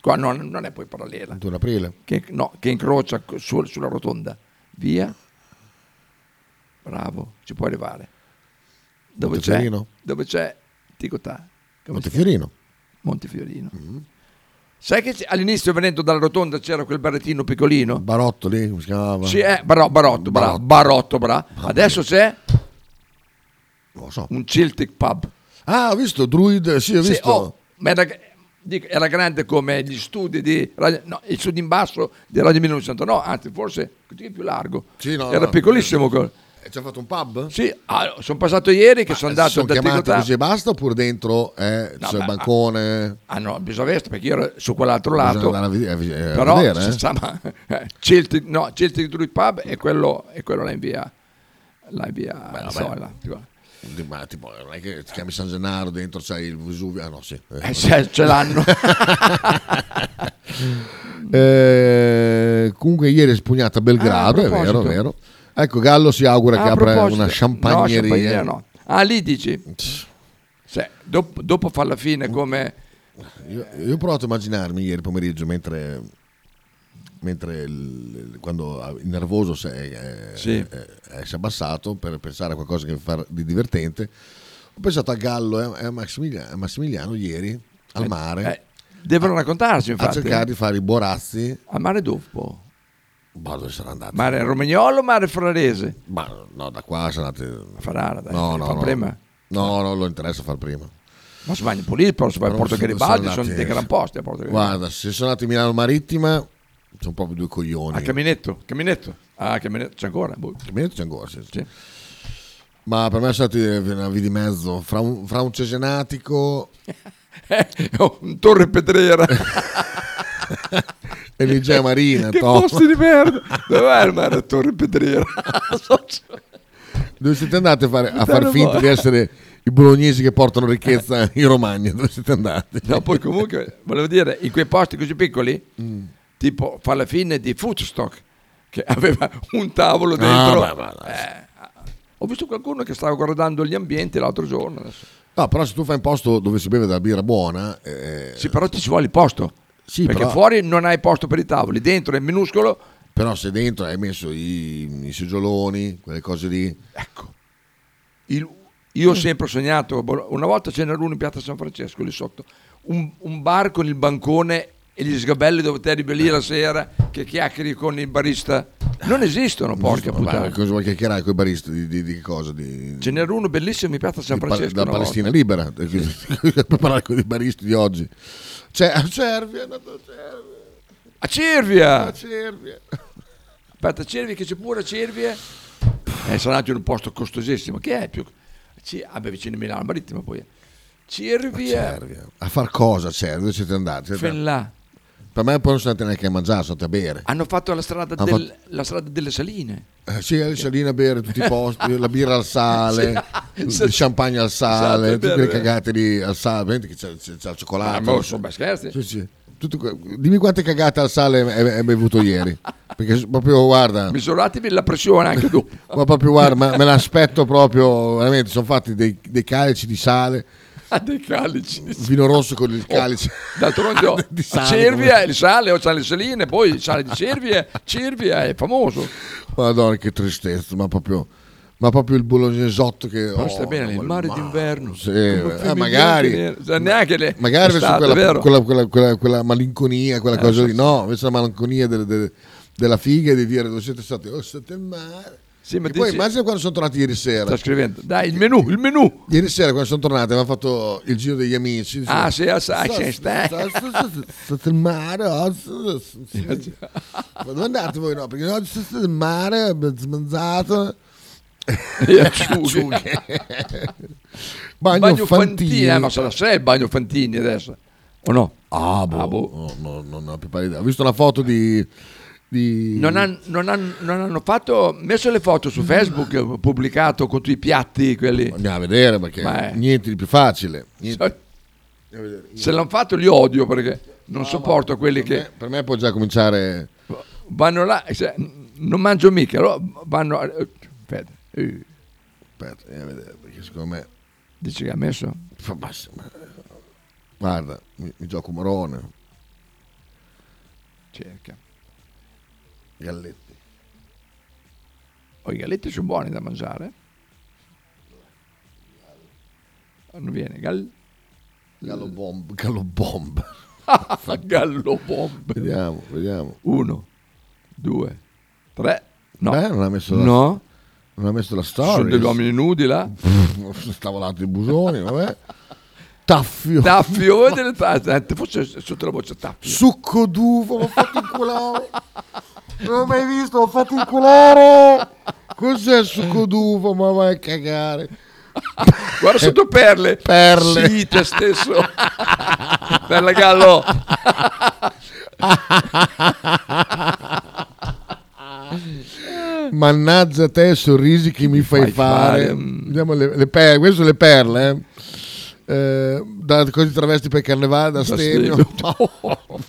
B: Qua non, non è poi parallela.
C: 21 aprile.
B: Che, no, che incrocia su- sulla rotonda. Via. Bravo, ci puoi arrivare. Dove c'è,
C: Montefiorino?
B: dove c'è Ticotà. Come si
C: Montefiorino.
B: chiama? Montefiorino. Sai che c- all'inizio venendo dalla rotonda c'era quel barrettino piccolino?
C: Barotto lì, come si chiamava?
B: Sì, eh, Baro- Barotto, bravo, Barotto, bravo. Adesso c'è un Celtic pub.
C: Ah, ho visto Druid, sì, ho
B: Sì,
C: visto.
B: oh, ma era, dico, era grande come gli studi di Radio- no, il sud in basso di Radio 1900, no, anzi forse così è più largo.
C: Sì, no,
B: era
C: no.
B: piccolissimo. quello.
C: E ci ha fatto un pub?
B: Sì, ah, sono passato ieri che sono andato
C: sono
B: da
C: chiamati
B: Ticotà.
C: così e basta oppure dentro eh,
B: No,
C: c'è
B: ma-
C: il bancone?
B: Ah no, bisogna vestire perché io ero su quell'altro
C: Bisogna
B: lato.
C: andare a vede- a vede- a
B: però
C: vedere,
B: si
C: eh.
B: sa, ma, eh, Celtic, no, Celtic Druid Pub e quello, e quello là in via, là in via
C: vabbè.
B: Sola, tipo.
C: Di- Ma tipo, non è che ti chiami San Gennaro, dentro c'hai il Vesuvio. Ah no, sì.
B: Eh, ce- ce l'hanno.
C: Eh, comunque ieri è spugnata a Belgrado,
B: Ah, a
C: è vero, è
B: proposito.
C: vero. Ecco, Gallo si augura
B: Ah,
C: che
B: a
C: apra
B: proposito,
C: una eh.
B: no, champagneria
C: champagneria.
B: no. Ah, lì dici. Se, dopo, dopo fa la fine come...
C: Io, io ho provato a immaginarmi ieri pomeriggio mentre, mentre il- il- quando il nervoso si è, è-
B: Sì.
C: è- eh, si è abbassato per pensare a qualcosa che fa di divertente. Ho pensato a Gallo e a- e a Massimiliano, a Massimiliano ieri al
B: Eh,
C: mare.
B: eh, devono raccontarsi,
C: A
B: infatti,
C: cercare
B: eh.
C: di fare i borazzi.
B: Al mare dopo?
C: Ma dove sarà andato?
B: Mare romagnolo o mare frarese?
C: Ma no, da qua sono andati a
B: Ferrara, dai,
C: No,
B: si
C: no,
B: fa
C: no.
B: prima.
C: No, no, lo interessa far prima.
B: Ma si va in Polipro, si va a Porto Garibaldi, sono dei gran posti a Porto Garibaldi.
C: Guarda, se sono andati a Milano Marittima, sono proprio due coglioni.
B: A Caminetto, Caminetto. Ah, Caminetto c'è ancora. boh.
C: Caminetto c'è ancora, sì. Ma per me sono stati una via di mezzo fra un, fra un cesenatico
B: Oh, un Torre Pedrera
C: e Ligia Marina.
B: che
C: Tom.
B: posti di merda. Dov'è il mare Torre Pedrera?
C: Dove siete andati a fare, a
B: Puttana
C: far finta
B: boia.
C: di essere i bolognesi che portano ricchezza in Romagna? Dove siete andati?
B: No, poi comunque, volevo dire, in quei posti così piccoli,
C: Mm.
B: tipo fa la fine di Foodstock, che aveva un tavolo dentro.
C: Ah, beh, beh,
B: Eh, ho visto qualcuno che stava guardando gli ambienti l'altro giorno. adesso.
C: No, però se tu fai un posto dove si beve della birra buona... eh,
B: Sì, però ti ci vuole il posto.
C: Sì,
B: perché
C: però-
B: fuori non hai posto per i tavoli, dentro è minuscolo.
C: Però se dentro hai messo i, i seggioloni, quelle cose lì.
B: Ecco. Il-
C: Mm.
B: io ho sempre sognato, a Bol- una volta ce n'era uno in piazza San Francesco lì sotto, un, un bar con il bancone e gli sgabelli dove te arrivi lì la sera che chiacchieri con il barista. Non esistono, porca
C: Ma
B: puttana.
C: cosa vuoi chiacchierare con i baristi? Di, di- di che cosa? Di,
B: Ce n'era uno bellissimo in piazza San
C: di pa-
B: Francesco.
C: da
B: una volta.
C: Palestina libera. per parlare con i baristi di oggi. C'è a Cervia, è andato a Cervia.
B: A Cervia!
C: A Cervia.
B: Aspetta, Cervia, che c'è pure Cervia? Eh, sarà anche un posto costosissimo. Che è più? C- ah, beh, vicino a Milano Marittimo poi. eh. Cervia.
C: A far cosa a Cervia siete andati? Siete-
B: Fin là.
C: Per me poi non sono andati neanche a mangiare, sono andati a bere.
B: Hanno fatto la strada,
C: Hanno
B: del- la strada delle saline.
C: Eh, Sì, le saline a bere tutti i posti, la birra al sale,
B: Sì.
C: il champagne al
B: Esatto, è
C: sale, tutte
B: vero,
C: le
B: è vero.
C: cagate lì al sale, vedete che c'è, c'è- c'è
B: Ah,
C: il cioccolato.
B: ma insomma, scherzi.
C: Sì, sì. Tutte que- dimmi quante cagate al sale hai hai bevuto ieri, perché s- proprio guarda,
B: Misuratevi la pressione anche tu.
C: ma proprio guarda, ma me l'aspetto proprio, veramente, sono fatti dei, dei calici di sale,
B: Ha dei calici.
C: vino rosso con il calice.
B: D'altronde ho
C: Ah, Di
B: a
C: sale,
B: Cervia
C: come-
B: il sale, o c'ha le saline, poi il sale di Cervia. Cervia è famoso. Oh.
C: Madonna che tristezza, ma proprio, ma proprio il bolognesotto che...
B: Però
C: oh,
B: sta bene, il mare d'inverno.
C: sì,
B: Come
C: eh,
B: fiumi
C: magari.
B: bianchi neri. Neanche le-
C: magari verso
B: l'estate,
C: quella,
B: vero?
C: quella, quella- quella- quella malinconia, quella
B: Eh,
C: cosa
B: sì,
C: lì,
B: sì.
C: no, invece la malinconia del- del- della figa e di dire dove siete stati, oh siete al mare.
B: Sì, ma
C: E poi
B: dici-
C: immagina quando sono tornati ieri sera.
B: Sta scrivendo. Dai, il menù, il menù.
C: Ieri sera quando sono tornati avevano fatto il giro degli amici. dicevano,
B: Ah, sì, ah, sì, ah,
C: "Sta-
B: sì, sta-
C: sta- sta- sta- State al mare oh, oggi? Ma Dove andate voi? No, perché oggi siete stati al mare, abbiamo smanzato.
B: E acciughe.
C: Bagno, Fantini.
B: eh, ma se la sai il bagno Fantini adesso. O no?
C: Ah, boh.
B: Ah, boh.
C: No, no, non ho più pari idea. Ho visto una foto di. di-
B: Non, han- non han- non hanno fatto, messo le foto
C: Mm.
B: su Facebook, eh, pubblicato con tutti i piatti quelli.
C: Andiamo a vedere perché
B: Ma è-
C: niente di più facile. Niente-
B: Se se l'hanno fatto li odio perché
C: Ah,
B: non sopporto quelli che
C: Per me può già cominciare.
B: vanno là e se- non mangio mica, allora vanno... a- Aspetta, eh,
C: Aspetta, andiamo a vedere perché secondo me.
B: dici che ha messo?
C: Fa basta, ma- Guarda, mi, mi gioco Morone.
B: Cerca.
C: Galletti.
B: Oh, I galletti sono buoni da mangiare. Ah, Non viene, gal-
C: Gallo bomb. Gallo bomb.
B: gallo bomb.
C: Vediamo, vediamo.
B: Uno, due, tre. No,
C: Beh, non ha messo la,
B: No.
C: non ha messo la storia.
B: sono degli uomini nudi là.
C: Stavolato di busoni, vabbè. Taffio.
B: Taffio, voi delle tasse, eh, forse sotto la voce taffio.
C: Succo d'uva, l'ho fatto inculare. Non l'ho mai visto, l'ho fatto inculare. Cos'è il succo d'uva? Ma vai a cagare.
B: Guarda sotto perle.
C: Perle.
B: Sì, te stesso. Perla Gallo.
C: Mannaggia te, sorrisi che mi fai,
B: fai
C: fare.
B: fare,
C: Vediamo le, le per- queste sono le perle. eh. Eh, da cose travesti per carnevale, da,
B: Da
C: stemio.
B: stemio.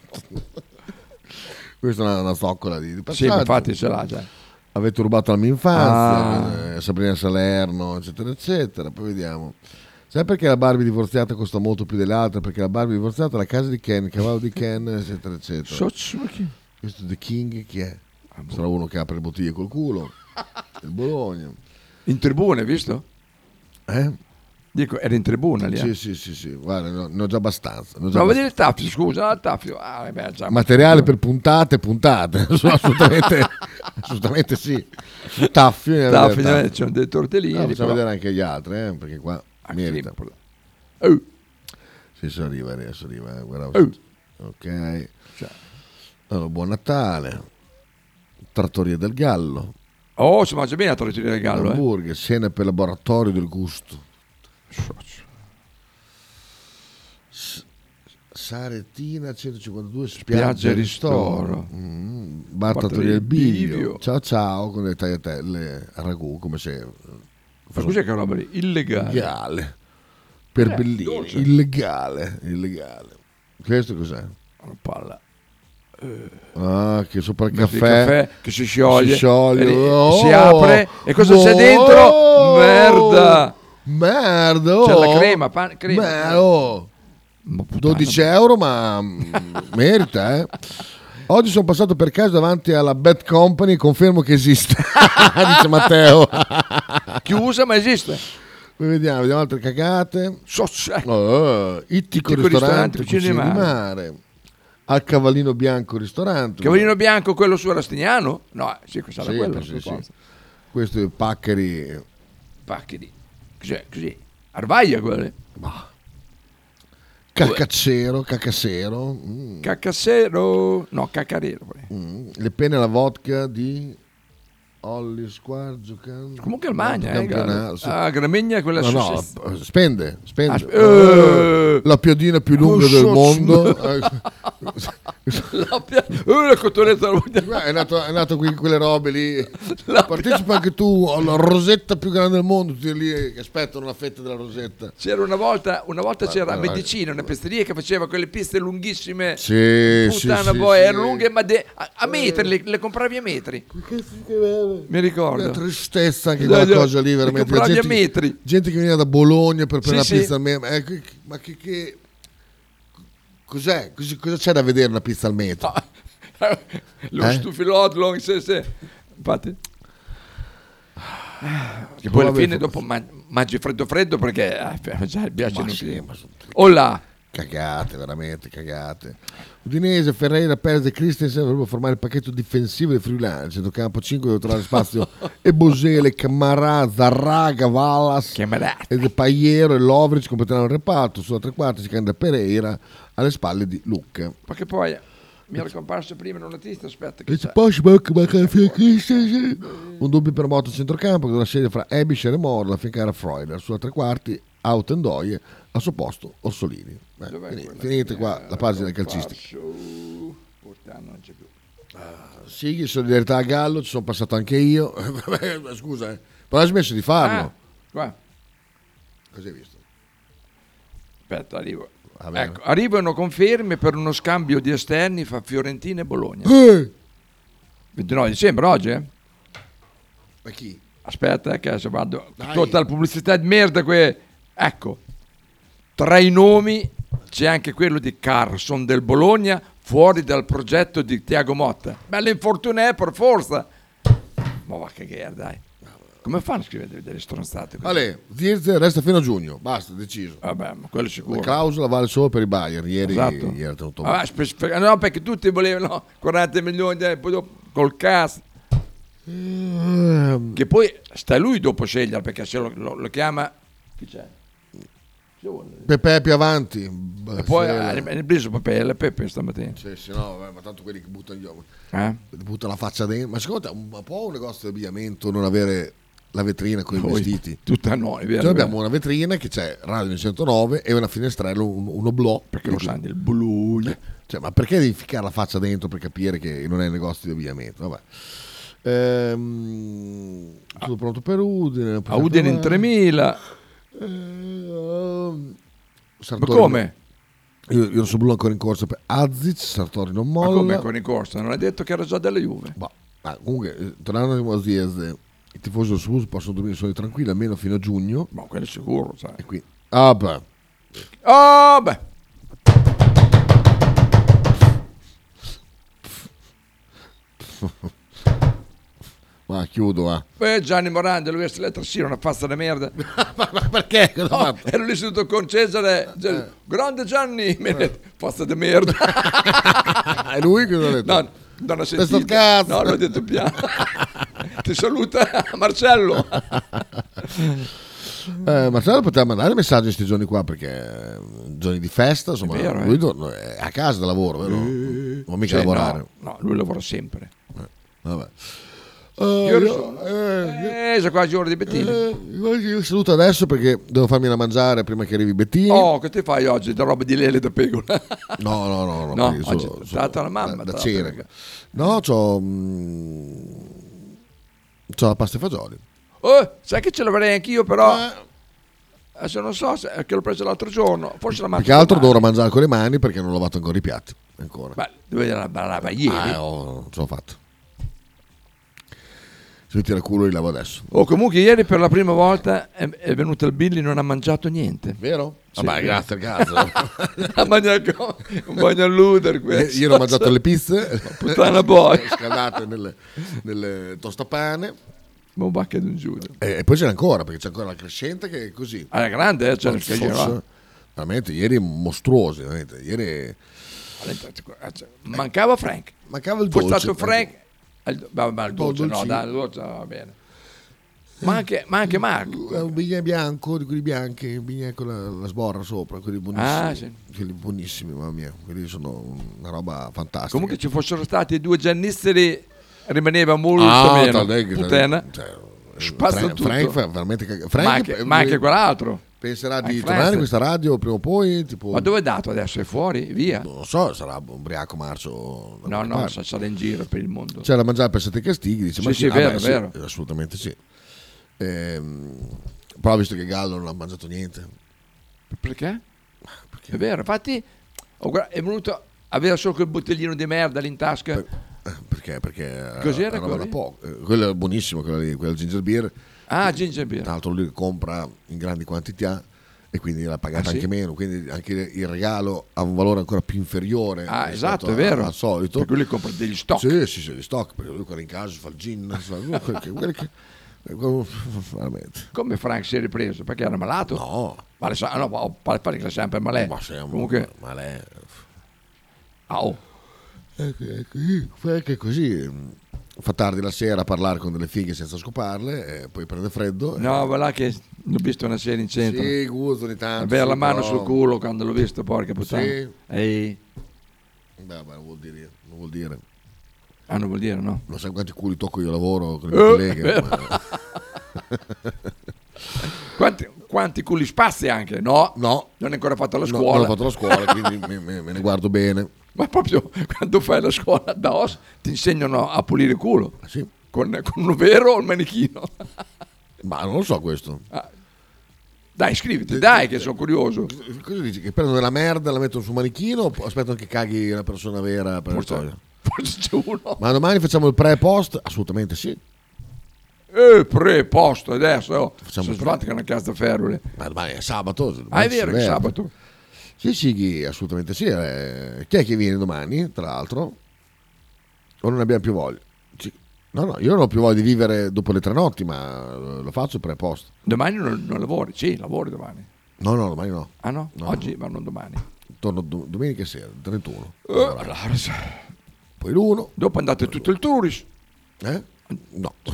C: Questa è una, una zoccola di, di
B: Sì,
C: passaggio.
B: ma infatti ce l'ha cioè. già.
C: Avete rubato la mia infanzia,
B: Ah.
C: eh, Sabrina Salerno, eccetera, eccetera. Poi vediamo. Sai perché la Barbie divorziata costa molto più dell'altra? Perché la Barbie divorziata è la casa di Ken, il cavallo di Ken, eccetera, eccetera. Questo The King chi è? Sarà uno che apre le bottiglie col culo. Il Bologna.
B: In tribuna, hai visto?
C: Eh?
B: Dico, era in tribuna lì. eh.
C: Sì, sì, sì, sì. Guarda, no- ne ho già abbastanza. ne ho già
B: No, vuol
C: abbastanza.
B: dire il taffio, scusa, no, il taffio. Ah, eh beh, già.
C: Materiale per puntate, puntate. assolutamente, assolutamente sì. Taffio. ne
B: Taffio,
C: avete tanti.
B: eh, c'è dei tortellini,
C: No, facciamo
B: però. Ah,
C: vedere anche gli altri, eh, perché qua merita.
B: Oh.
C: Sì, se arriva, adesso arriva. eh, guarda.
B: Oh.
C: Ok. Allora, buon Natale. Trattoria del Gallo.
B: Oh, si mangia bene la tortellina del gallo, eh.
C: Hamburger, Senepe Laboratorio del Gusto. S- Saretina 152 Spiaggia
B: Spiaggia
C: e
B: e
C: Ristoro.
B: ristoro.
C: Mm, Bar Trattoria del Bivio. Ciao ciao con le tagliatelle a ragù come se
B: Ma scusa che roba lì, illegale.
C: Illegale. per
B: Eh,
C: Bellini,
B: dolce.
C: illegale, illegale. Questo cos'è?
B: Una Oh, palla.
C: Ah, che sopra il
B: Metti
C: caffè,
B: il caffè che si scioglie,
C: si, scioglie.
B: e lì
C: Oh!
B: si apre e cosa c'è
C: Oh!
B: dentro? Merda!
C: Merda!
B: C'è la
C: oh!
B: crema, pan- crema.
C: Mer- oh! 12 euro, ma mm, merita, eh. Oggi sono passato per caso davanti alla Bad Company e confermo che esiste, dice Matteo.
B: Chiusa, ma esiste.
C: Poi vediamo, vediamo altre cagate. Oh, ittico,
B: Ittico ristorante,
C: ristorante, cucina di
B: cucina di
C: mare. Al Cavallino Bianco ristorante.
B: Cavallino bianco, quello su Rastignano? No, eh, sì, sarà
C: Sì,
B: quello.
C: penso di sì. Questo è Paccheri.
B: Paccheri. Cos'è? Così. Arvaia quelle.
C: Cacaccero, cacassero. mm.
B: Cacassero. No, caccarero.
C: Mm. Le penne alla vodka di Olli Squargio. Can...
B: Comunque il magna, eh,
C: Campionato,
B: guarda.
C: sì.
B: Ah, Gramegna è quella
C: no, no,
B: successiva.
C: p- spende, spende.
B: Ah, eh.
C: la piadina più lunga del
B: Coscious-
C: mondo. Eh,
B: La pia- Eh, la cotoletta
C: Guarda, è nato, è nato qui quelle robe lì. Partecipa anche tu alla rosetta più grande del mondo. Tutti lì che aspettano la fetta della rosetta.
B: C'era una volta, una volta
C: Ma-
B: c'era a
C: ma-
B: Medicina, una pizzeria che faceva quelle piste lunghissime.
C: Sì,
B: Puttana
C: sì, Eh.
B: boia,
C: sì,
B: erano lunghe, ma de- a, a metri, le, le compravi a metri. Mi ricordo.
C: Una tristezza anche
B: Dai,
C: quella
B: dai,
C: cosa lì,
B: le
C: veramente.
B: compravi a
C: gente, che- gente che veniva da Bologna per prendere
B: Sì,
C: la
B: sì.
C: pizza al metro. Eh, che- ma che, che- Cos'è? Cos- Cosa c'è da vedere una pizza al metro?
B: Ah. Lo
C: Eh?
B: stufilot, long, se, se. Infatti.
C: Ah,
B: Che poi alla
C: Vabbè,
B: fine
C: fa-
B: dopo man- mangi freddo freddo perché eh, già piace
C: Ma
B: non
C: sì,
B: ti-
C: ma sono-
B: Olla!
C: Cagate, veramente cagate. Udinese, Ferreira, Perez e Christensen dovrebbero formare il pacchetto difensivo del Friulano. Il centrocampo 5 deve trovare spazio e Bosele, Camarà, Zarraga, Vallas e De Paiero e Lovric completeranno il reparto. Sulla tre quarti si candida Pereira alle spalle di Lucca.
B: Perché poi mi era comparso prima in una tista, aspetta che
C: It's
B: c'è.
C: possible che manca anche Christensen. Un dubbio per moto a centrocampo che dovrà scegliere fra Ebischer e Morla, affiancare a Freuler. Sulla tre quarti, out and Doie, al suo posto Orsolini. Beh,
B: Dov'è
C: fini-
B: quella Eh,
C: finite
B: che
C: qua
B: era
C: la pagina
B: comparso?
C: calcistica.
B: Puttana, non c'è più.
C: Sì, solidarietà a Gallo, ci sono passato anche io. Scusa, eh. Però hai smesso di farlo.
B: Ah, qua.
C: Cosa hai visto?
B: Aspetta, arrivo.
C: Va bene.
B: Ecco, arrivano conferme per uno scambio di esterni fra Fiorentina e Bologna.
C: Eh.
B: 29 dicembre oggi, eh?
C: Ma chi?
B: Aspetta, eh, che adesso vado.
C: Dai.
B: Tutta la pubblicità di merda. que- Ecco, tra i nomi c'è anche quello di Carson del Bologna, fuori dal progetto di Tiago Motta. Ma l'infortunio è per forza. Ma va che guerra, dai. Come fanno a scrivere delle- delle stronzate? così?
C: Ale, Zirze resta fino a giugno, basta, deciso.
B: Vabbè, ma quello è sicuro.
C: La clausola vale solo per i Bayern, ieri,
B: Esatto.
C: ieri era tenuto
B: Ah, specifica- no, perché tutti volevano 40 milioni, eh, poi dopo, col cast.
C: Ehm,
B: Che poi sta lui dopo a scegliere perché se lo, lo- lo chiama. Chi c'è?
C: Pepe più avanti. E
B: E poi eh, ne ha preso Pepe, la Pepe stamattina.
C: Sì, sì, no, vabbè, ma tanto quelli che buttano gli uomini.
B: Eh?
C: Butta la faccia dentro. Ma secondo te è un po' un negozio di abbigliamento non avere la vetrina con i
B: Noi,
C: vestiti? Cioè,
B: tutta noi, vero,
C: Noi
B: vero.
C: abbiamo una vetrina che c'è Radio 109 e una finestrella, un, un oblò. Perché
B: lo sanno, il blu.
C: Cioè, ma perché devi ficcare la faccia dentro per capire che non è un negozio di abbigliamento? Vabbè. Ehm, sono pronto per Udine.
B: A Udine in 3000.
C: Ehm, Sartori-
B: Ma come?
C: Io, io non so blu ancora in corso per Azic, Sartori non
B: Ma
C: molla.
B: come ancora in corsa? Non ha detto che era già della Juve.
C: Boh, Ma comunque, eh, tornando a Mosiese, i tifosi del Sus possono dormire soli tranquilli almeno fino a giugno.
B: Ma quello è sicuro, sai.
C: E qui. Ah, beh.
B: Oh, beh.
C: Ma chiudo, va.
B: Poi Gianni Morandi, lui è letto sì, una pazza da merda.
C: ma, perché?
B: No, ero lì seduto con Cesare. Ge-
C: Eh.
B: Grande Gianni, mi ha detto, pazza da merda.
C: E lui cosa ha detto?
B: No, non ho
C: Testa
B: sentito.
C: al cazzo.
B: No, l'ho detto piano. Ti saluta Marcello.
C: Eh, Marcello poteva mandare messaggi in questi giorni qua perché eh, giorni di festa, insomma,
B: È vero, eh.
C: lui torna- è a casa da lavoro, vero? Non va mica
B: Sì,
C: lavorare.
B: No, no, lui lavora sempre.
C: Vabbè.
B: Che ore sono? Eh, sono quasi ore di Bettini.
C: Eh. Io saluto adesso perché devo farmi da mangiare prima che arrivi Bettini.
B: Oh, che ti fai oggi? Da roba di lele da pegola.
C: No, no, no, no,
B: No,
C: perché
B: oggi
C: sono-
B: è
C: sono
B: stata la mamma,
C: da, da
B: tra
C: cena.
B: l'altro.
C: No, c'ho, mm, c'ho la pasta e fagioli. Eh,
B: Oh, sai che ce l'avrei anch'io, però. Adesso non so se, eh, che l'ho presa l'altro giorno. Forse la
C: Più
B: mangio.
C: che altro
B: domani.
C: dovrò mangiare con le mani perché non ho lavato ancora i piatti. Ancora. eh.
B: Ma dove la ballava ieri?
C: Ah, oh, non ce l'ho fatto. se mi tira culo li lavo adesso.
B: Oh, comunque ieri per la prima volta è, è venuto il Billy non ha mangiato niente.
C: Vero?
B: Sì.
C: Vabbè, grazie al caso.
B: ha mangiato un bagnaluder questo.
C: Eh, Ieri ho mangiato le pizze.
B: Ma Puttana boia.
C: Scaldate nel, nel tostapane.
B: Ma un bacca di un giudice.
C: E, e poi c'è ancora, perché c'è ancora la crescente che è così.
B: Alla grande, eh, c'è
C: Porca
B: il Cagliari.
C: sossa. Certo, Veramente, ieri mostruosi. Veramente. Ieri...
B: eh, cioè, Mancava Frank.
C: Mancava il
B: Fu
C: dolce.
B: stato Frank. al- Ma, ma il dolce, no, dai, il dolce va bene. Ma anche, ma anche Marco.
C: Eh, Un bignè bianco, di quelli bianchi, un bignè con la, la sborra sopra, quelli buonissimi.
B: Ah, sì.
C: Quelli buonissimi, mamma mia. Quelli sono una roba fantastica.
B: Comunque ci fossero stati due giannizzeri rimaneva molto
C: Ah,
B: meno.
C: tal- eh,
B: Putena.
C: cioè,
B: Spazza
C: Frank-
B: tutto.
C: Frank fa veramente cagare.
B: ma,
C: Frank-
B: anche, ma anche quell'altro.
C: Penserà
B: Frank
C: di
B: Frank.
C: tornare in questa radio prima o poi. Tipo,
B: Ma dove è dato adesso? È fuori? Via?
C: Non lo so, sarà ubriaco marcio.
B: No, no, sa- sarà in giro per il mondo.
C: Certo. C'è la mangiare per sette castighi. Dice,
B: Sì,
C: ma
B: sì,
C: chi-
B: vero,
C: sì,
B: vero.
C: assolutamente sì. Ehm, però ho visto che Gallo non ha mangiato niente.
B: Perché? È vero, infatti oh, guarda, è venuto aveva solo quel bottiglino di merda lì in tasca.
C: eh, Perché? Perché
B: Cos'era
C: era roba
B: quello
C: da
B: lì?
C: poco. Eh, Quello è buonissimo, quello lì, quello ginger beer.
B: Ah, ginger beer.
C: Tra l'altro lui compra in grandi quantità e quindi l'ha pagata
B: Ah, sì?
C: anche meno, quindi anche il regalo ha un valore ancora più inferiore.
B: Ah,
C: rispetto
B: esatto, è
C: a-
B: vero.
C: eh, Al solito.
B: Perché lui compra degli stock.
C: Sì, sì, sì, degli stock, perché lui ancora in casa si fa il gin, si fa quello che- quello che- quello- veramente.
B: Come Frank si è ripreso? Perché era malato?
C: No.
B: Ma le sa- ah, no, ma- oh, pare, pare che la sempre malè.
C: Ma siamo-
B: Comunque,
C: ma lei-
B: ah, oh,
C: Ecco, ecco, io- fa che così mh, fa tardi la sera a parlare con delle fighe senza scoparle, e poi prende freddo. e-
B: no, va là che l'ho visto una serie in centro.
C: Sì, Guzzo ogni tanto,
B: Aveva la
C: sì,
B: mano
C: però-
B: sul culo quando l'ho visto, porca puttana.
C: Sì.
B: Ehi,
C: Beh, ma non vuol dire, non vuol dire.
B: ah, non vuol dire, no?
C: Non sai quanti culi tocco io lavoro con le
B: Eh,
C: mie
B: vero.
C: colleghe. ma-
B: Quanti, quanti culi spazi anche? No,
C: no.
B: Non è ancora fatto alla
C: No,
B: scuola.
C: non l'ho fatto la scuola, quindi me, me- me ne guardo bene.
B: Ma proprio quando fai la scuola da os ti insegnano a pulire il culo.
C: Ah, Sì.
B: Con, con un vero o il manichino?
C: Ma non lo so questo.
B: Dai, iscriviti, dai, che sono curioso.
C: Cosa dici? Che prendono della merda, la mettono su un manichino o aspettano che caghi una persona vera per
B: Forse-
C: togliere?
B: Forse c'è uno.
C: Ma domani facciamo il pre e post? Assolutamente sì.
B: Eh, pre, posto, adesso. Oh,
C: Facciamo Eh,
B: sono
C: pre.
B: sfatti che è una cazza ferule.
C: Ma domani è sabato. domani
B: Ah, è
C: ci
B: vero,
C: si
B: è
C: diverte.
B: sabato.
C: Sì, sì, chi- assolutamente sì. eh, chi è che viene domani, tra l'altro? O non abbiamo più voglia? Sì. No, no, io non ho più voglia di vivere dopo le tre notti, ma eh, lo faccio pre e post.
B: Domani non, non lavori? Sì, lavori domani.
C: No, no, domani no.
B: Ah no?
C: No.
B: Oggi, ma non domani.
C: Torno do- domenica sera, 31.
B: Eh, allora, se-
C: Poi l'uno.
B: dopo andate tutto il Turis.
C: Eh? No, tu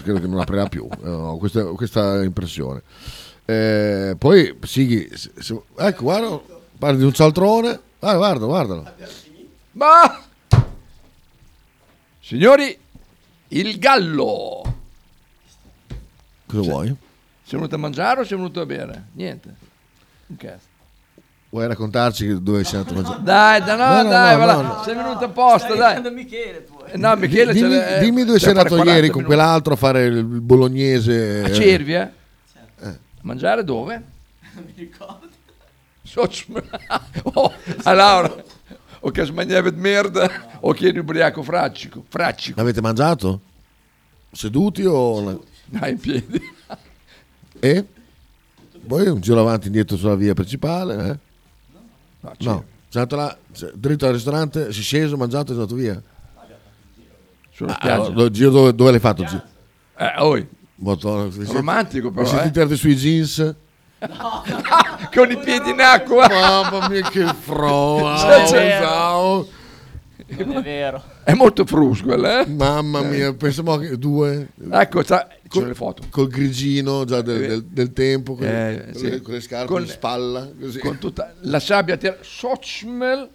C: credo che non aprirà più, eh, ho questa, ho questa impressione. Eh, poi Sighi, se- se- ecco, guarda, parli di un cialtrone, guarda, guarda, guardalo.
B: Ma... Signori, il gallo.
C: Cosa vuoi?
B: Sei venuto a mangiare o sei venuto a bere? Niente. Un cazzo.
C: Vuoi raccontarci che dove sei andato a mangiare?
B: Dai, da- no,
C: Ah. No, no,
B: dai,
C: no,
B: va là.
C: no, no.
B: sei venuto apposta, dai. Eh, No, Michele,
C: dimmi,
B: ce l'è-
C: dimmi dove
B: ce l'è
C: sei andato
B: fare
C: ieri
B: 40
C: con
B: minuti.
C: quell'altro a fare il bolognese.
B: A
C: eh,
B: Cervia? Certo.
C: Eh.
B: Mangiare dove? Non mi ricordo. oh, a Laura. O che smagnava di merda. O che eri ubriaco fraccico. Fraccico.
C: L'avete mangiato? Seduti o...
B: Dai, in piedi.
C: E? Poi un giro avanti e indietro sulla via principale. Eh?
B: No,
C: no. Sei andato là, cioè, dritto al ristorante, si è sceso, mangiato e è andato via.
B: Sulla
C: Ah,
B: spiaggia.
C: allora, il giro dove, dove l'hai fatto? il giro?
B: Eh, oi.
C: Madonna, vi siete-
B: Romantico però,
C: vi siete
B: eh.
C: tirati sui jeans?
B: con i piedi in acqua.
C: Mamma mia, che froa.
B: Cioè, c'è-
C: ciao.
G: Non è vero.
B: È molto frusco, eh?
C: Mamma mia, pensiamo che due.
B: Ecco, sta- ci
C: Col-
B: sono le foto.
C: Col grigino già del, del- del tempo, con,
B: Eh,
C: con
B: sì.
C: le, con le scarpe
B: Con-
C: in spalla. Così.
B: Con tutta la sabbia terra. Sochmel.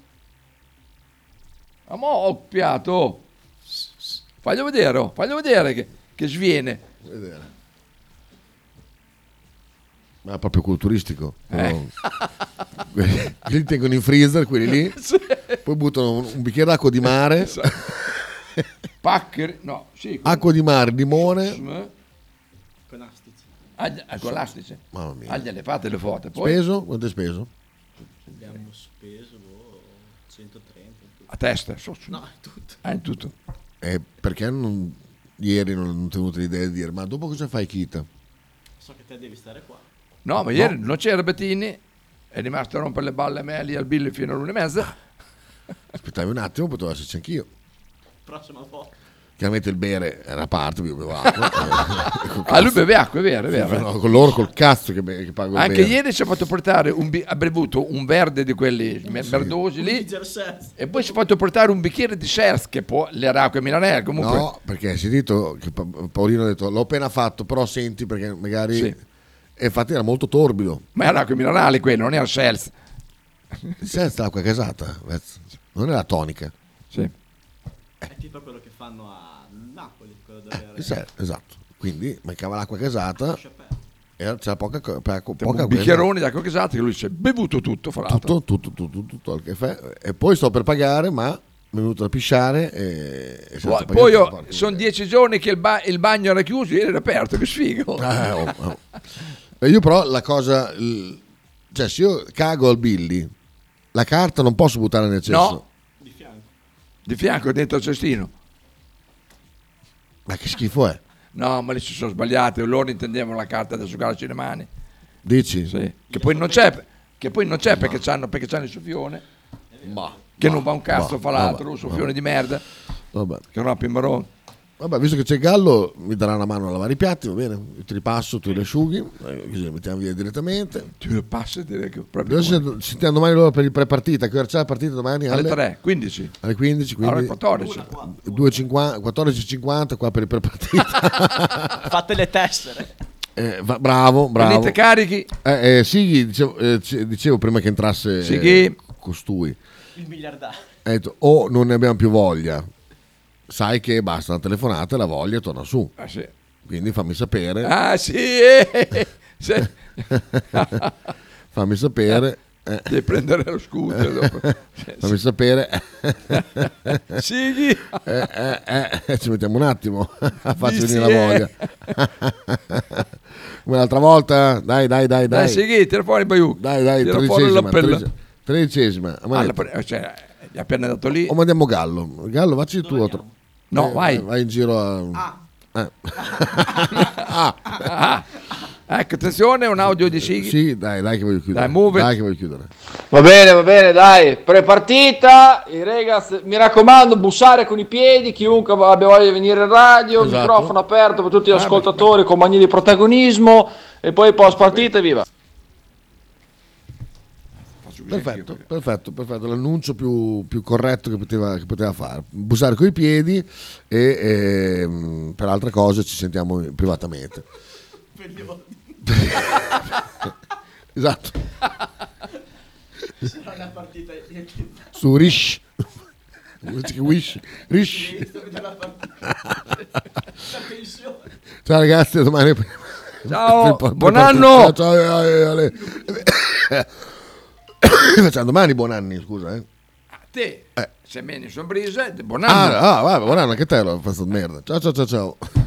B: Ma mo ho piato. Faglielo vedere, oh, faglielo vedere che, che sviene.
C: Vedere. Ma proprio culturistico.
B: Eh.
C: Quelli li tengono in freezer, quelli lì.
B: Sì.
C: Poi buttano un, un bicchiere d'acqua di mare.
B: Esatto. Paccheri, no, sì. con-
C: Acqua di mare, limone.
G: Con astici.
B: Agli- eh, con l'astice.
C: Mamma mia.
B: Ah, gliele fate le foto. Poi
C: Speso? Quanto è speso?
G: Abbiamo speso boh, 130.
B: a testa. Sochmel.
G: tutto.
B: Ah, in tutto.
C: Eh, perché non, ieri non ho tenuto l'idea di dire, ma dopo cosa fai Kita?
S: So che te devi stare qua.
B: No, ma ieri non c'era Bettini, è rimasto a rompere le balle a me lì al Billy fino all'una e mezza.
C: Aspettavi un attimo, potevo esserci anch'io.
S: Prossima volta.
C: Chiaramente il bere era a parte, io bevo acqua. eh, col
B: Ah,
C: cazzo.
B: lui beve acqua, è vero, è vero.
C: No, con loro col cazzo che, be- che pago il
B: eh. Anche
C: bere.
B: ieri ci ha fatto portare un bi- ha bevuto un verde di quelli me- merdosi lì e poi ci ha fatto portare un bicchiere di Sers che può le Aracque Milanelli comunque.
C: No, perché hai sentito che Pa- Paolino ha detto l'ho appena fatto, però senti perché magari...
B: Sì.
C: E infatti era molto torbido.
B: Ma era acqua minerale quello, non era Sels.
C: Senza l'acqua casata, eh. non era tonica.
B: Sì.
S: È tipo quello che fanno a Napoli, quello dove
C: esatto. Quindi mancava l'acqua casata. Era, c'era poca, co- poca, poca
B: Un bicchierone di acqua casata che lui si è bevuto tutto, fra l'altro.
C: tutto, tutto, tutto, tutto, tutto al caffè. E poi sto per pagare, ma mi è venuto a pisciare e, e senza
B: Poi,
C: pagare
B: poi
C: sono
B: io-
C: porco.
B: sono dieci giorni che il, ba- il bagno era chiuso, ieri era aperto, che sfigo.
C: Ah, oh, oh. E Io però la cosa... il- cioè se io cago al Billy, la carta non posso buttare nel cesso.
B: No. Di fianco dentro al cestino.
C: Ma che schifo è?
B: No, ma lì si sono sbagliati, loro intendevano la carta da succarci le mani.
C: Dici?
B: Che poi non c'è, che poi non c'è perché, c'hanno, perché c'hanno il soffione. Che non va un cazzo,
C: ma-
B: fa l'altro,
C: vabbè,
B: un soffione di merda.
C: Vabbè.
B: Che rompe in marone.
C: Vabbè, visto che c'è il gallo, mi darà una mano a lavare i piatti, va bene? Io ti li passo, tu li asciughi, eh, così li mettiamo via direttamente.
B: Tu li passi direi che proprio
C: Noi ci ci sentiamo domani loro per il pre-partita, che ora c'è la partita domani
B: alle 3, 15.
C: Alle 15, quindi...
B: Allora, 14.
C: 2,50 14,50 qua per il pre-partita.
S: Fate le tessere.
C: Eh, va- bravo, bravo.
B: Venite carichi.
C: Eh, eh, Sighi, dicevo, eh, c- dicevo prima che entrasse eh,
B: Sighi.
C: costui,
S: il miliardario.
C: ha detto o non ne abbiamo più voglia, sai che basta una telefonata e la voglia torna su.
B: Ah sì.
C: Quindi fammi sapere.
B: Ah sì! eh, sì.
C: fammi sapere. eh.
B: Devi prendere lo scooter dopo.
C: fammi sapere.
B: Sighi.
C: Eh, eh, eh, ci mettiamo un attimo. Faccio
B: Dici,
C: venire la
B: eh.
C: voglia. Come l'altra volta. Dai, dai, dai,
B: Dai,
C: dai.
B: Eh, Sighi, tira fuori Baiù.
C: Dai, dai,
B: tira fuori
C: tredicesima,
B: l'appello.
C: tredicesima, tredicesima. Ma-
B: Alla pre- cioè, gli ha appena dato lì.
C: o mandiamo Gallo. Gallo, vacci tu. Otto. eh,
B: No, vai.
C: Vai in giro a... Eh.
B: Ah, ecco, attenzione, un audio di Sighi.
C: Sì, dai, dai che voglio chiudere.
B: Dai, muove.
C: Dai che voglio chiudere.
H: Va bene, va bene, dai, prepartita, i ragazzi, mi raccomando, bussare con i piedi, chiunque abbia voglia di venire in radio,
C: Esatto.
H: microfono aperto per tutti gli ascoltatori, compagni di protagonismo e poi post partita, viva.
C: Perfetto, perfetto, perfetto. L'annuncio più, più corretto che poteva, che poteva fare. Bussare coi piedi e ehm, per altre cose ci sentiamo privatamente. esatto.
S: Sarà una partita
C: Su Rish. Wish. Wish. Rish. Ciao ragazzi, a domani.
B: Ciao,
C: Per- per-
B: buon
C: per-
B: anno.
C: Ciao, ciao, eh, eh, Ale. Facciamo domani buon anni, scusa. Eh.
B: Te,
C: Eh.
B: se me ne sono presa, buon anno.
C: Ah, ah, vabbè, buon anno anche te, allora, pezzo di merda. Ciao, ciao, ciao, ciao.